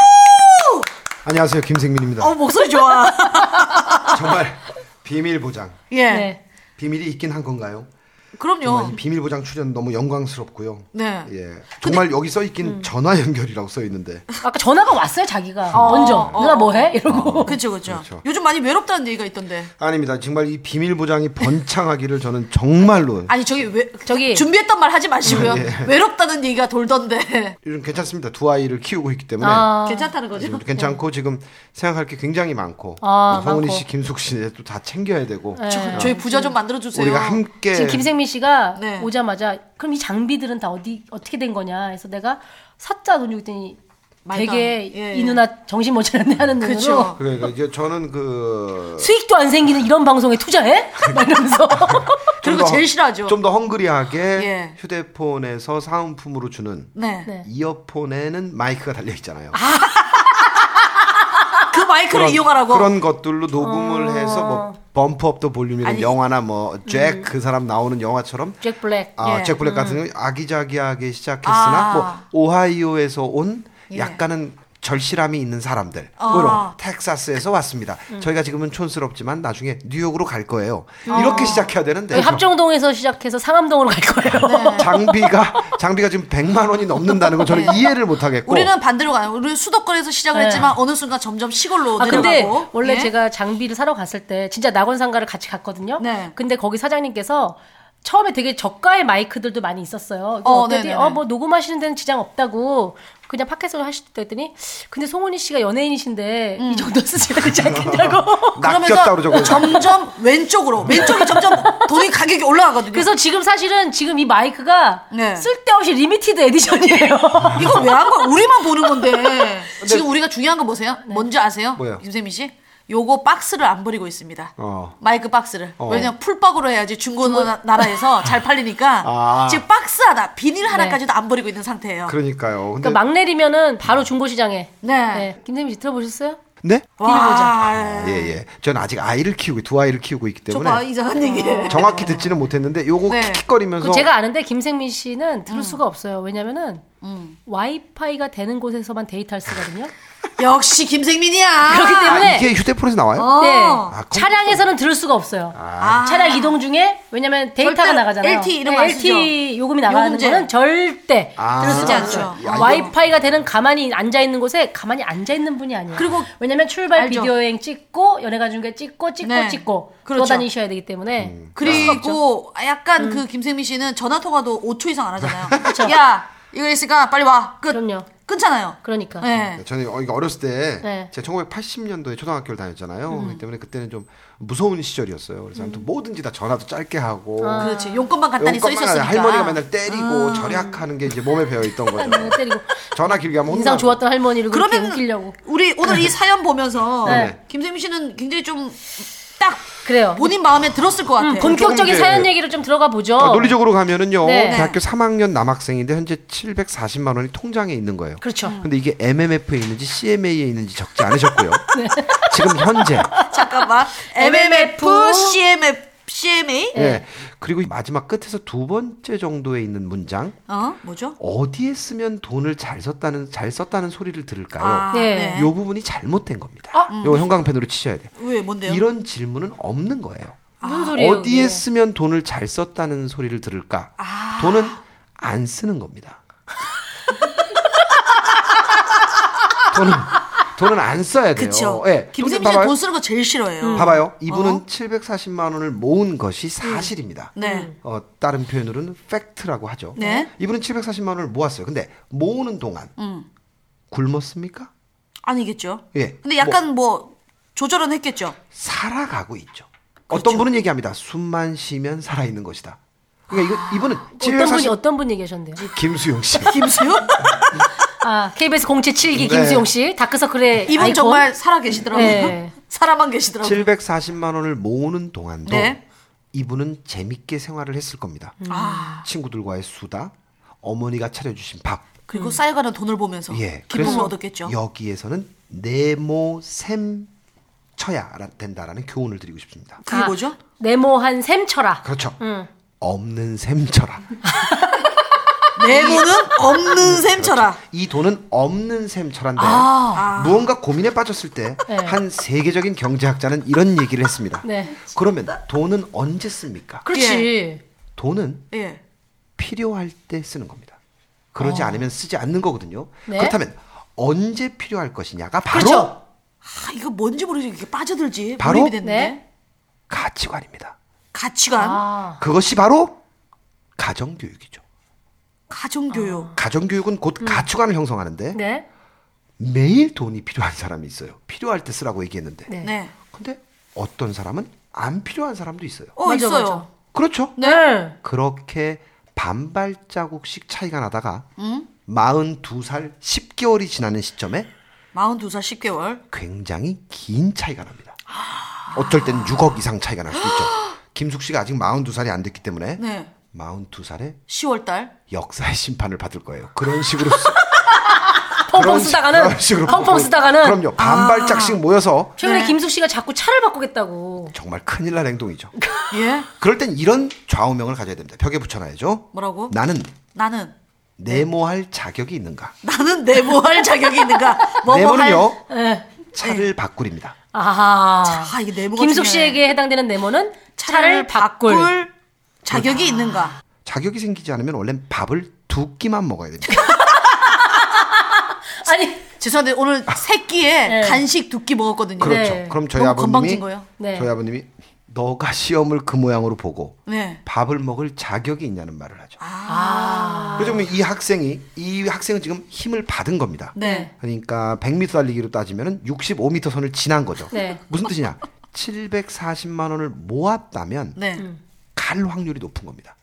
Speaker 9: 안녕하세요 김생민입니다.
Speaker 3: 어 목소리
Speaker 2: (laughs)
Speaker 3: 좋아.
Speaker 9: 정말 비밀 보장
Speaker 3: 예.
Speaker 2: 네.
Speaker 9: 비밀이 있긴 한 건가요?
Speaker 3: 그럼요.
Speaker 9: 정말 이 비밀 보장 출연 너무 영광스럽고요.
Speaker 3: 네.
Speaker 9: 예. 정말 여기 써 있긴 전화 연결이라고 써 있는데
Speaker 2: 아까 전화가 왔어요 자기가 먼저
Speaker 3: 어.
Speaker 2: 누나 뭐해 이러고
Speaker 3: 그죠, 그죠.
Speaker 9: 그렇죠.
Speaker 3: 요즘 많이 외롭다는 얘기가 있던데.
Speaker 9: 아닙니다. 정말 이 비밀 보장이 번창하기를 저는 정말로
Speaker 3: 아니 저기 왜
Speaker 2: 저기
Speaker 3: 준비했단 말 하지
Speaker 9: 아,
Speaker 3: 마시고요.
Speaker 9: 예.
Speaker 3: 외롭다는 얘기가 돌던데.
Speaker 9: 요즘 괜찮습니다. 두 아이를 키우고 있기 때문에
Speaker 3: 괜찮다는 거죠?
Speaker 9: 지금 괜찮고 지금 생각할 게 굉장히 많고
Speaker 2: 아,
Speaker 9: 성훈이
Speaker 2: 많고.
Speaker 9: 씨, 김숙 씨 또 다 챙겨야 되고
Speaker 3: 네.
Speaker 9: 아.
Speaker 3: 저- 저희 부자 좀 만들어 주세요.
Speaker 9: 우리가 함께
Speaker 2: 지금 김생민 씨가
Speaker 3: 네.
Speaker 2: 오자마자 그럼 이 장비들은 다 어디 어떻게 된 거냐 해서 내가 샀자 돈 주고 했더니
Speaker 3: 말도
Speaker 2: 되게
Speaker 3: 안- 예, 그렇죠.
Speaker 2: 이
Speaker 3: 예.
Speaker 2: 누나 정신 못 차렸네 하는 눈으로
Speaker 3: 그쵸.
Speaker 9: 그러니까 이제 저는 그
Speaker 2: 수익도 안 생기는 이런 방송에 투자해? (laughs) 막
Speaker 3: (laughs)
Speaker 2: 이러면서
Speaker 9: 좀
Speaker 3: 그리고
Speaker 9: 더
Speaker 3: 제일
Speaker 9: 헝-
Speaker 3: 싫어하죠.
Speaker 9: 좀 더 헝그리하게
Speaker 3: 예.
Speaker 9: 휴대폰에서 사은품으로 주는
Speaker 3: 네.
Speaker 2: 네.
Speaker 9: 이어폰에는 마이크가 달려 있잖아요.
Speaker 3: 그 마이크를 이용하라고. 어.
Speaker 9: 그런 것들로 녹음을 해서 뭐 범프업도 볼륨이나
Speaker 3: 아니, 음.
Speaker 9: 영화나 뭐 잭 그 사람 나오는 영화처럼
Speaker 2: 잭 블랙
Speaker 9: 아,
Speaker 3: 예.
Speaker 9: 잭블랙 같은 경우 아기자기하게 시작했으나
Speaker 3: 아.
Speaker 9: 뭐 오하이오에서 온
Speaker 3: 예.
Speaker 9: 약간은 절실함이 있는 사람들
Speaker 3: 아. 음.
Speaker 9: 으로 텍사스에서 왔습니다. 저희가 지금은 촌스럽지만 나중에 뉴욕으로 갈 거예요.
Speaker 3: 아.
Speaker 9: 이렇게 시작해야 되는데
Speaker 3: 그
Speaker 2: 여기 합정동에서 시작해서 상암동으로 갈
Speaker 3: 네.
Speaker 2: 거예요
Speaker 9: 장비가 장비가 지금 100만 원이 넘는다는 건 저는 이해를 못 하겠고
Speaker 3: 우리는 반대로 가요. 우리 수도권에서 시작을
Speaker 2: 네.
Speaker 3: 했지만 어느 순간 점점 시골로
Speaker 2: 아
Speaker 3: 내려가고.
Speaker 2: 근데 원래
Speaker 3: 예?
Speaker 2: 제가 장비를 사러 갔을 때 진짜 낙원 상가를 같이 갔거든요.
Speaker 3: 네.
Speaker 2: 근데 거기 사장님께서 처음에 되게 저가의 마이크들도 많이 있었어요.
Speaker 3: 어,
Speaker 2: 어, 그랬더니
Speaker 3: 네네네.
Speaker 2: 어뭐 녹음하시는 데는 지장 없다고 그냥 팟캐스트로 하실 때 했더니 근데 송은이 씨가 연예인이신데
Speaker 3: 음.
Speaker 2: 이 정도 쓰시면 되지
Speaker 3: (laughs)
Speaker 2: 않겠냐고.
Speaker 9: 낚였다 그러죠.
Speaker 3: 점점 왼쪽으로 왼쪽이 점점 돈이 가격이 올라가거든요.
Speaker 2: 그래서 지금 사실은 지금 이 마이크가
Speaker 3: 네.
Speaker 2: 쓸데없이 리미티드 에디션이에요. (laughs) 그러니까
Speaker 3: 이거 왜 한 거야? 우리만 보는 건데.
Speaker 2: 네.
Speaker 3: 지금 우리가 중요한 거 보세요. 뭔지 아세요?
Speaker 9: 뭐예요?
Speaker 3: 김세미 씨? 요거 박스를 안 버리고 있습니다.
Speaker 9: 어.
Speaker 3: 마이크 박스를.
Speaker 9: 어.
Speaker 3: 왜냐면 풀박으로 해야지 중고나라에서
Speaker 2: (laughs)
Speaker 3: 잘 팔리니까
Speaker 9: 아.
Speaker 3: 지금 박스 하나, 비닐 하나까지도 안 버리고 있는 상태예요.
Speaker 9: 그러니까요.
Speaker 2: 네.
Speaker 9: 근데
Speaker 2: 그러니까 막내리면은 바로 중고시장에.
Speaker 3: 네.
Speaker 2: 네. 아, 김세미 씨 들어보셨어요?
Speaker 9: 네?
Speaker 3: 와.
Speaker 9: 예, 예. 저는 아직 아이를 키우고 두 아이를 키우고 있기
Speaker 3: 저봐
Speaker 9: 때문에
Speaker 2: 음. (laughs)
Speaker 3: 이상한 얘기예요.
Speaker 9: 정확히 듣지는 못했는데 요거
Speaker 3: 네.
Speaker 9: 킥킥거리면서
Speaker 2: 그 제가 아는데 김생민 씨는
Speaker 3: 음.
Speaker 2: 들을 수가 없어요. 왜냐면은 와이파이가 되는 곳에서만 데이터를 쓰거든요.
Speaker 3: 역시 김생민이야. 어.
Speaker 2: 그렇기
Speaker 9: 아,
Speaker 2: 때문에
Speaker 9: 이게 휴대폰에서 나와요?
Speaker 2: 네.
Speaker 9: 아, 컴퓨터.
Speaker 2: 차량에서는 들을 수가 없어요.
Speaker 3: 아.
Speaker 2: 차량 이동 중에 왜냐면 데이터가
Speaker 3: 절대
Speaker 2: 나가잖아요. 네,
Speaker 3: LTE 이런 거안
Speaker 2: LTE 요금이 나가는
Speaker 3: 요금제. 그렇죠.
Speaker 2: 거는 절대
Speaker 9: 아.
Speaker 2: 들을 수가
Speaker 3: 쓰지
Speaker 2: 없어요.
Speaker 3: 않죠.
Speaker 9: 야, 이거-
Speaker 2: 와이파이가 되는 가만히 앉아 있는 곳에 가만히 앉아 있는 분이 아니에요.
Speaker 3: 그리고
Speaker 2: 왜냐면 출발
Speaker 3: 알죠.
Speaker 2: 비디오 여행 찍고 연예가 중계 찍고 찍고
Speaker 3: 네.
Speaker 2: 찍고
Speaker 3: 그렇죠. 음.
Speaker 2: 돌아다니셔야 되기 때문에
Speaker 3: 그리고 약간
Speaker 2: 음.
Speaker 3: 그 김세미 씨는 전화 통화도 5초 이상 안
Speaker 2: (laughs)
Speaker 3: 하잖아요. 야 이거 있으니까 빨리 와. 끝.
Speaker 2: 그럼요.
Speaker 3: 끊잖아요.
Speaker 2: 그러니까
Speaker 3: 네.
Speaker 9: 저는 어, 이거 어렸을 때
Speaker 2: 네.
Speaker 9: 제가 1980년도에 초등학교를 다녔잖아요. 그렇기 때문에 그때는 좀 무서운 시절이었어요. 그래서 아무튼 뭐든지 다 전화도 짧게 하고
Speaker 3: 그렇지. 용건만 간단히 써
Speaker 9: 용건만
Speaker 3: 아, 있었으니까.
Speaker 9: 하냐. 할머니가 맨날 그 때리고 절약하는 게 이제 몸에 배어 있던 거죠.
Speaker 2: 네, 때리고
Speaker 9: 전화 길게 하면
Speaker 2: 인상
Speaker 9: 혼나고.
Speaker 2: 좋았던 할머니를 그렇게
Speaker 3: 그러면
Speaker 2: 웃기려고
Speaker 3: 우리 오늘 이 사연 보면서
Speaker 9: 네.
Speaker 3: 김세미 씨는 굉장히 좀 딱
Speaker 2: 그래요.
Speaker 3: 본인 마음에 들었을 것 같아요.
Speaker 2: 음, 본격적인
Speaker 9: 이제-
Speaker 2: 사연 얘기를 좀 들어가 보죠.
Speaker 9: 아, 논리적으로 가면은요.
Speaker 2: 네.
Speaker 9: 대학교 3학년 남학생인데 현재 740만 원이 통장에 있는 거예요.
Speaker 2: 그렇죠.
Speaker 9: 근데 이게 MMF에 있는지 CMA에 있는지 적지 않으셨고요. 지금 현재
Speaker 3: (laughs) 잠깐만. MMF, CMF, CMA.
Speaker 9: 예. 그리고 이 마지막 끝에서 두 번째 정도에 있는 문장
Speaker 3: 어? 뭐죠?
Speaker 9: 어디에 쓰면 돈을 잘 썼다는 잘 썼다는 소리를 들을까요?
Speaker 3: 아,
Speaker 2: 네.
Speaker 3: 네.
Speaker 9: 요 부분이 잘못된 겁니다. 요 형광펜으로 치셔야 돼요.
Speaker 3: 왜 뭔데요?
Speaker 9: 이런 질문은 없는 거예요.
Speaker 2: 무슨 소리예요?
Speaker 9: 어디에
Speaker 2: 그게?
Speaker 9: 쓰면 돈을 잘 썼다는 소리를 들을까? 돈은 안 쓰는 겁니다. 돈은 돈은 안 써야 돼요.
Speaker 3: 그쵸.
Speaker 9: 예.
Speaker 3: 김세미
Speaker 9: 근데
Speaker 3: 씨는
Speaker 9: 봐봐요.
Speaker 3: 돈 쓰는 거 제일 싫어해요.
Speaker 2: 음.
Speaker 9: 봐봐요. 이분은 740만 원을 모은 것이 사실입니다.
Speaker 2: 음.
Speaker 3: 네.
Speaker 9: 어, 다른 표현으로는 팩트라고 하죠.
Speaker 3: 네.
Speaker 9: 이분은 740만 원을 모았어요. 근데 모으는 동안 굶었습니까?
Speaker 3: 아니겠죠.
Speaker 9: 예.
Speaker 3: 근데 약간 뭐, 조절은 했겠죠.
Speaker 9: 살아가고 있죠. 어떤 분은 얘기합니다. 숨만 쉬면 살아있는 것이다. 그러니까 이거 이분은
Speaker 2: 어떤 분이
Speaker 9: 740
Speaker 2: 어떤 분이 계셨는데요?
Speaker 9: 김수용 씨.
Speaker 3: (laughs) 김수요?
Speaker 2: 아 KBS 077기
Speaker 9: 네.
Speaker 2: 김수용 씨 다크서클의
Speaker 3: 이분
Speaker 2: 아이콘.
Speaker 3: 정말 살아 계시더라고요. (laughs)
Speaker 2: 네.
Speaker 3: 살아만 계시더라고요.
Speaker 9: 740만 원을 모으는 동안도
Speaker 3: 네. 음.
Speaker 9: 이분은 재밌게 생활을 했을 겁니다.
Speaker 3: 아,
Speaker 9: 친구들과의 수다, 어머니가 차려주신 밥.
Speaker 3: 그리고
Speaker 2: 음.
Speaker 3: 쌓여가는 돈을 보면서
Speaker 9: 예.
Speaker 3: 어, 기쁨을
Speaker 9: 그래서
Speaker 3: 얻었겠죠.
Speaker 9: 여기에서는 네모 셈 쳐야 알아- 된다라는 교훈을 드리고 싶습니다.
Speaker 3: 그게
Speaker 2: 아,
Speaker 3: 뭐죠?
Speaker 2: 네모한 샘쳐라.
Speaker 9: 그렇죠.
Speaker 3: 음.
Speaker 9: 없는 셈 쳐라.
Speaker 3: (laughs) 네모는 없는 셈쳐라.
Speaker 9: 이 돈은 없는 셈 쳐란데
Speaker 3: 아. 네.
Speaker 9: 무언가 고민에 빠졌을 때 한 세계적인 경제학자는 이런 얘기를 했습니다.
Speaker 2: 네.
Speaker 9: 그러면 돈은 언제 씁니까?
Speaker 2: 그렇지.
Speaker 9: 돈은
Speaker 3: 예.
Speaker 9: 필요할 때 쓰는 겁니다. 그러지 않으면 쓰지 않는 거거든요.
Speaker 2: 네.
Speaker 9: 그렇다면 언제 필요할 것이냐가 바로
Speaker 3: 그렇죠. 아, 이거 뭔지 모르겠어. 이게 빠져들지.
Speaker 9: 바로?
Speaker 3: 몰입이 됐는데.
Speaker 2: 네.
Speaker 9: 가치관입니다.
Speaker 3: 가치관,
Speaker 2: 아.
Speaker 9: 그것이 바로 가정교육이죠.
Speaker 3: 가정교육.
Speaker 2: 아,
Speaker 9: 가정교육은 곧 가치관을 형성하는데
Speaker 2: 네.
Speaker 9: 매일 돈이 필요한 사람이 있어요. 필요할 때 쓰라고 얘기했는데.
Speaker 2: 네.
Speaker 3: 네.
Speaker 9: 근데 어떤 사람은 안 필요한 사람도 있어요.
Speaker 3: 어,
Speaker 2: 맞아,
Speaker 3: 있어요.
Speaker 2: 맞아.
Speaker 9: 그렇죠.
Speaker 2: 네.
Speaker 9: 그렇게 반발자국씩 차이가 나다가 42살 10개월이 지나는 시점에
Speaker 3: 42살 10개월.
Speaker 9: 굉장히 긴 차이가 납니다. 어떨 때는 6억 이상 차이가 날 수 있죠.
Speaker 2: (gasps)
Speaker 9: 김숙 씨가 아직 42살이 안 됐기 때문에
Speaker 3: 네.
Speaker 9: 42살에
Speaker 3: 10월 달.
Speaker 9: 역사의 심판을 받을 거예요. 그런 식으로
Speaker 2: (laughs)
Speaker 9: 쓰-
Speaker 2: 펑펑
Speaker 9: 그런 시-
Speaker 2: 쓰다가는
Speaker 9: 그런 (laughs) 식으로
Speaker 2: 펑펑 쓰다가는 아.
Speaker 9: 그럼요. 반발짝씩 모여서
Speaker 2: 최근에 김숙 씨가 자꾸 차를 바꾸겠다고.
Speaker 9: 정말 큰일 날 행동이죠.
Speaker 3: 예?
Speaker 9: 그럴 땐 이런 좌우명을 가져야 됩니다. 벽에 붙여놔야죠.
Speaker 3: 뭐라고?
Speaker 9: 나는
Speaker 3: 나는.
Speaker 9: 네모할 자격이 있는가?
Speaker 3: 나는 내모할 (laughs) 자격이 있는가? 뭐뭐 할.
Speaker 9: 네모는요
Speaker 2: 예.
Speaker 9: 차를 바꾸립니다.
Speaker 2: 아하.
Speaker 3: 아, 이게 네모가
Speaker 2: 김숙
Speaker 3: 중요해.
Speaker 2: 씨에게 해당되는 네모는 차를 바꿀.
Speaker 3: 자격이
Speaker 9: 그렇죠.
Speaker 3: 있는가?
Speaker 9: 자격이 생기지 않으면 원래 밥을 두 끼만 먹어야 됩니다.
Speaker 2: 아니,
Speaker 3: 죄송한데 오늘 세 끼에
Speaker 2: 네.
Speaker 3: 간식 두 끼 먹었거든요.
Speaker 9: 그렇죠.
Speaker 2: 네.
Speaker 9: 그럼 저희
Speaker 3: 너무
Speaker 9: 아버님이
Speaker 3: 건방진 거예요.
Speaker 2: 네.
Speaker 9: 저희 아버님이 너가 시험을 그 모양으로 보고
Speaker 3: 네.
Speaker 9: 밥을 먹을 자격이 있냐는 말을 하죠.
Speaker 3: 아.
Speaker 9: 그래서 보면 이 학생이 이 학생은 지금 힘을 받은 겁니다.
Speaker 3: 네.
Speaker 9: 그러니까 100m 달리기로 따지면은 65m 선을 지난 거죠.
Speaker 2: 네.
Speaker 9: 무슨 뜻이냐? 740만 원을 모았다면
Speaker 3: 네.
Speaker 2: 음.
Speaker 9: 갈 확률이 높은 겁니다.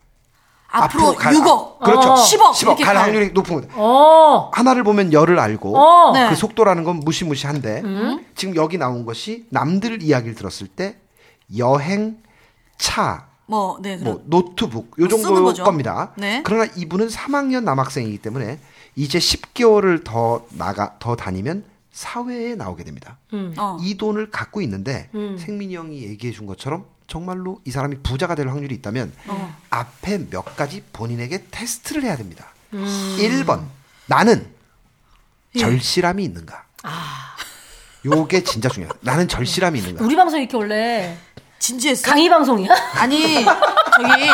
Speaker 3: 앞으로,
Speaker 9: 갈-
Speaker 3: 6억. 어.
Speaker 9: 아, 그렇죠.
Speaker 3: 10억.
Speaker 9: 10억 갈 확률이 높은 겁니다.
Speaker 2: 어.
Speaker 9: 하나를 보면 열을 알고
Speaker 2: 어.
Speaker 3: 네.
Speaker 9: 그 속도라는 건 무시무시한데
Speaker 3: 음?
Speaker 9: 지금 여기 나온 것이 남들 이야기를 들었을 때 여행 차
Speaker 3: 뭐, 네.
Speaker 9: 뭐
Speaker 3: 그럼.
Speaker 9: 노트북 요
Speaker 3: 쓰는
Speaker 9: 정도
Speaker 3: 거죠.
Speaker 9: 겁니다.
Speaker 3: 네.
Speaker 9: 그러나 이분은 3학년 남학생이기 때문에 이제 10개월을 더 나가 더 다니면 사회에 나오게 됩니다.
Speaker 3: 어.
Speaker 9: 이 돈을 갖고 있는데
Speaker 2: 음.
Speaker 9: 생민이 형이 얘기해 준 것처럼 정말로 이 사람이 부자가 될 확률이 있다면
Speaker 2: 어.
Speaker 9: 앞에 몇 가지 본인에게 테스트를 해야 됩니다.
Speaker 2: 음.
Speaker 9: 1번 나는
Speaker 2: 예.
Speaker 9: 절실함이 있는가? 요게 진짜 중요해요. 나는 절실함이 있는가?
Speaker 2: 아. 우리 방송 이렇게 원래
Speaker 3: 진지했어?
Speaker 2: 강의 방송이야? (laughs)
Speaker 3: 아니, 저기,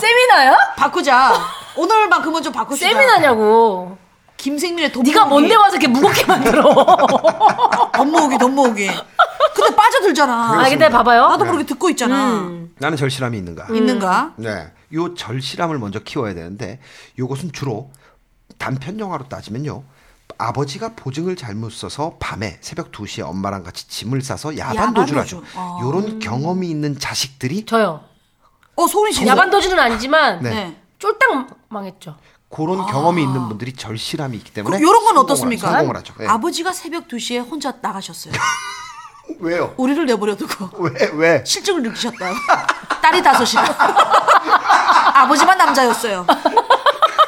Speaker 2: 세미나야?
Speaker 3: 바꾸자. 오늘만큼은 좀 바꾸자.
Speaker 2: 세미나냐고.
Speaker 3: 김생민의 돈
Speaker 2: 네가
Speaker 3: 모으기.
Speaker 2: 뭔데 와서 이렇게 무겁게 (laughs) 만들어.
Speaker 3: 돈 모으기, 돈 모으기. 근데 빠져들잖아.
Speaker 2: 아, 근데 봐봐요.
Speaker 3: 나도
Speaker 9: 네.
Speaker 3: 모르게 듣고 있잖아.
Speaker 2: 음.
Speaker 3: 음.
Speaker 9: 나는 절실함이 있는가?
Speaker 3: 있는가?
Speaker 9: 네. 요 절실함을 먼저 키워야 되는데 요것은 주로 단편 영화로 따지면요. 아버지가 보증을 잘못 써서 밤에 새벽 2시에 엄마랑 같이 짐을 싸서 야반
Speaker 3: 야반
Speaker 9: 도주를 하죠.
Speaker 3: 도주. 아.
Speaker 9: 요런 경험이 있는 자식들이
Speaker 2: 저요.
Speaker 3: 어, 소리 지나.
Speaker 2: 야반 도주는 아니지만
Speaker 9: 네.
Speaker 3: 네.
Speaker 2: 쫄딱 망했죠.
Speaker 9: 그런 경험이 있는 분들이 절실함이 있기 때문에
Speaker 3: 아. 그럼 요런 건
Speaker 9: 성공을
Speaker 3: 어떻습니까?
Speaker 9: 하죠. 성공을 하죠. 예.
Speaker 3: 아버지가 새벽 2시에 혼자 나가셨어요.
Speaker 9: 왜요?
Speaker 3: 우리를 내버려 두고
Speaker 9: 왜
Speaker 3: (laughs)
Speaker 9: 왜?
Speaker 3: 실증을 느끼셨다. (laughs) 딸이 다섯이고 아버지만 남자였어요.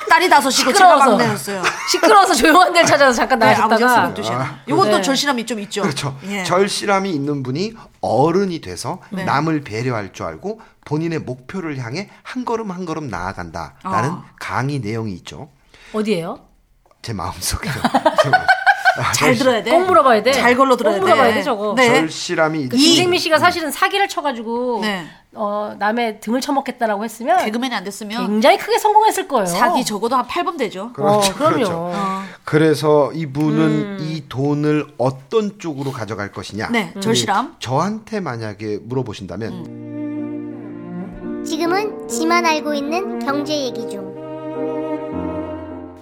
Speaker 3: 딸이 다섯이고 제가
Speaker 2: 시끄러워서.
Speaker 3: 막내였어요.
Speaker 2: 시끄러워서 (laughs) 조용한 데를 찾아서 잠깐
Speaker 3: 네, 아버지가
Speaker 2: 나갔다가 네.
Speaker 3: 새벽 2시에. 요것도 절실함이 좀 있죠.
Speaker 9: 그렇죠.
Speaker 3: 예. 네.
Speaker 9: 절실함이 있는 분이 어른이 돼서 남을 배려할 줄 알고 본인의 목표를 향해 한 걸음 한 걸음 나아간다라는 강의 내용이 있죠.
Speaker 2: 어디예요?
Speaker 9: 제 마음속에 아,
Speaker 3: 잘 들어야 돼.
Speaker 2: 꼭 물어봐야 돼.
Speaker 3: 네. 잘 걸러 들어야
Speaker 2: 꼭 물어봐야
Speaker 3: 돼.
Speaker 2: 돼 저거.
Speaker 3: 네.
Speaker 9: 절실함이 있-
Speaker 2: 김생민 씨가 사실은 사기를 쳐가지고
Speaker 3: 네.
Speaker 2: 어, 남의 등을 쳐먹겠다라고 했으면
Speaker 3: 개그맨이 안 됐으면
Speaker 2: 굉장히 크게 성공했을 거예요.
Speaker 3: 사기 적어도 한 8번 되죠.
Speaker 2: 어,
Speaker 9: 그렇죠,
Speaker 2: 그럼요.
Speaker 9: 그렇죠. 그래서 이분은 이 돈을 어떤 쪽으로 가져갈 것이냐.
Speaker 3: 네, 절실함.
Speaker 9: 근데 저한테 만약에 물어보신다면
Speaker 10: 지금은 지만 알고 있는 경제 얘기 중.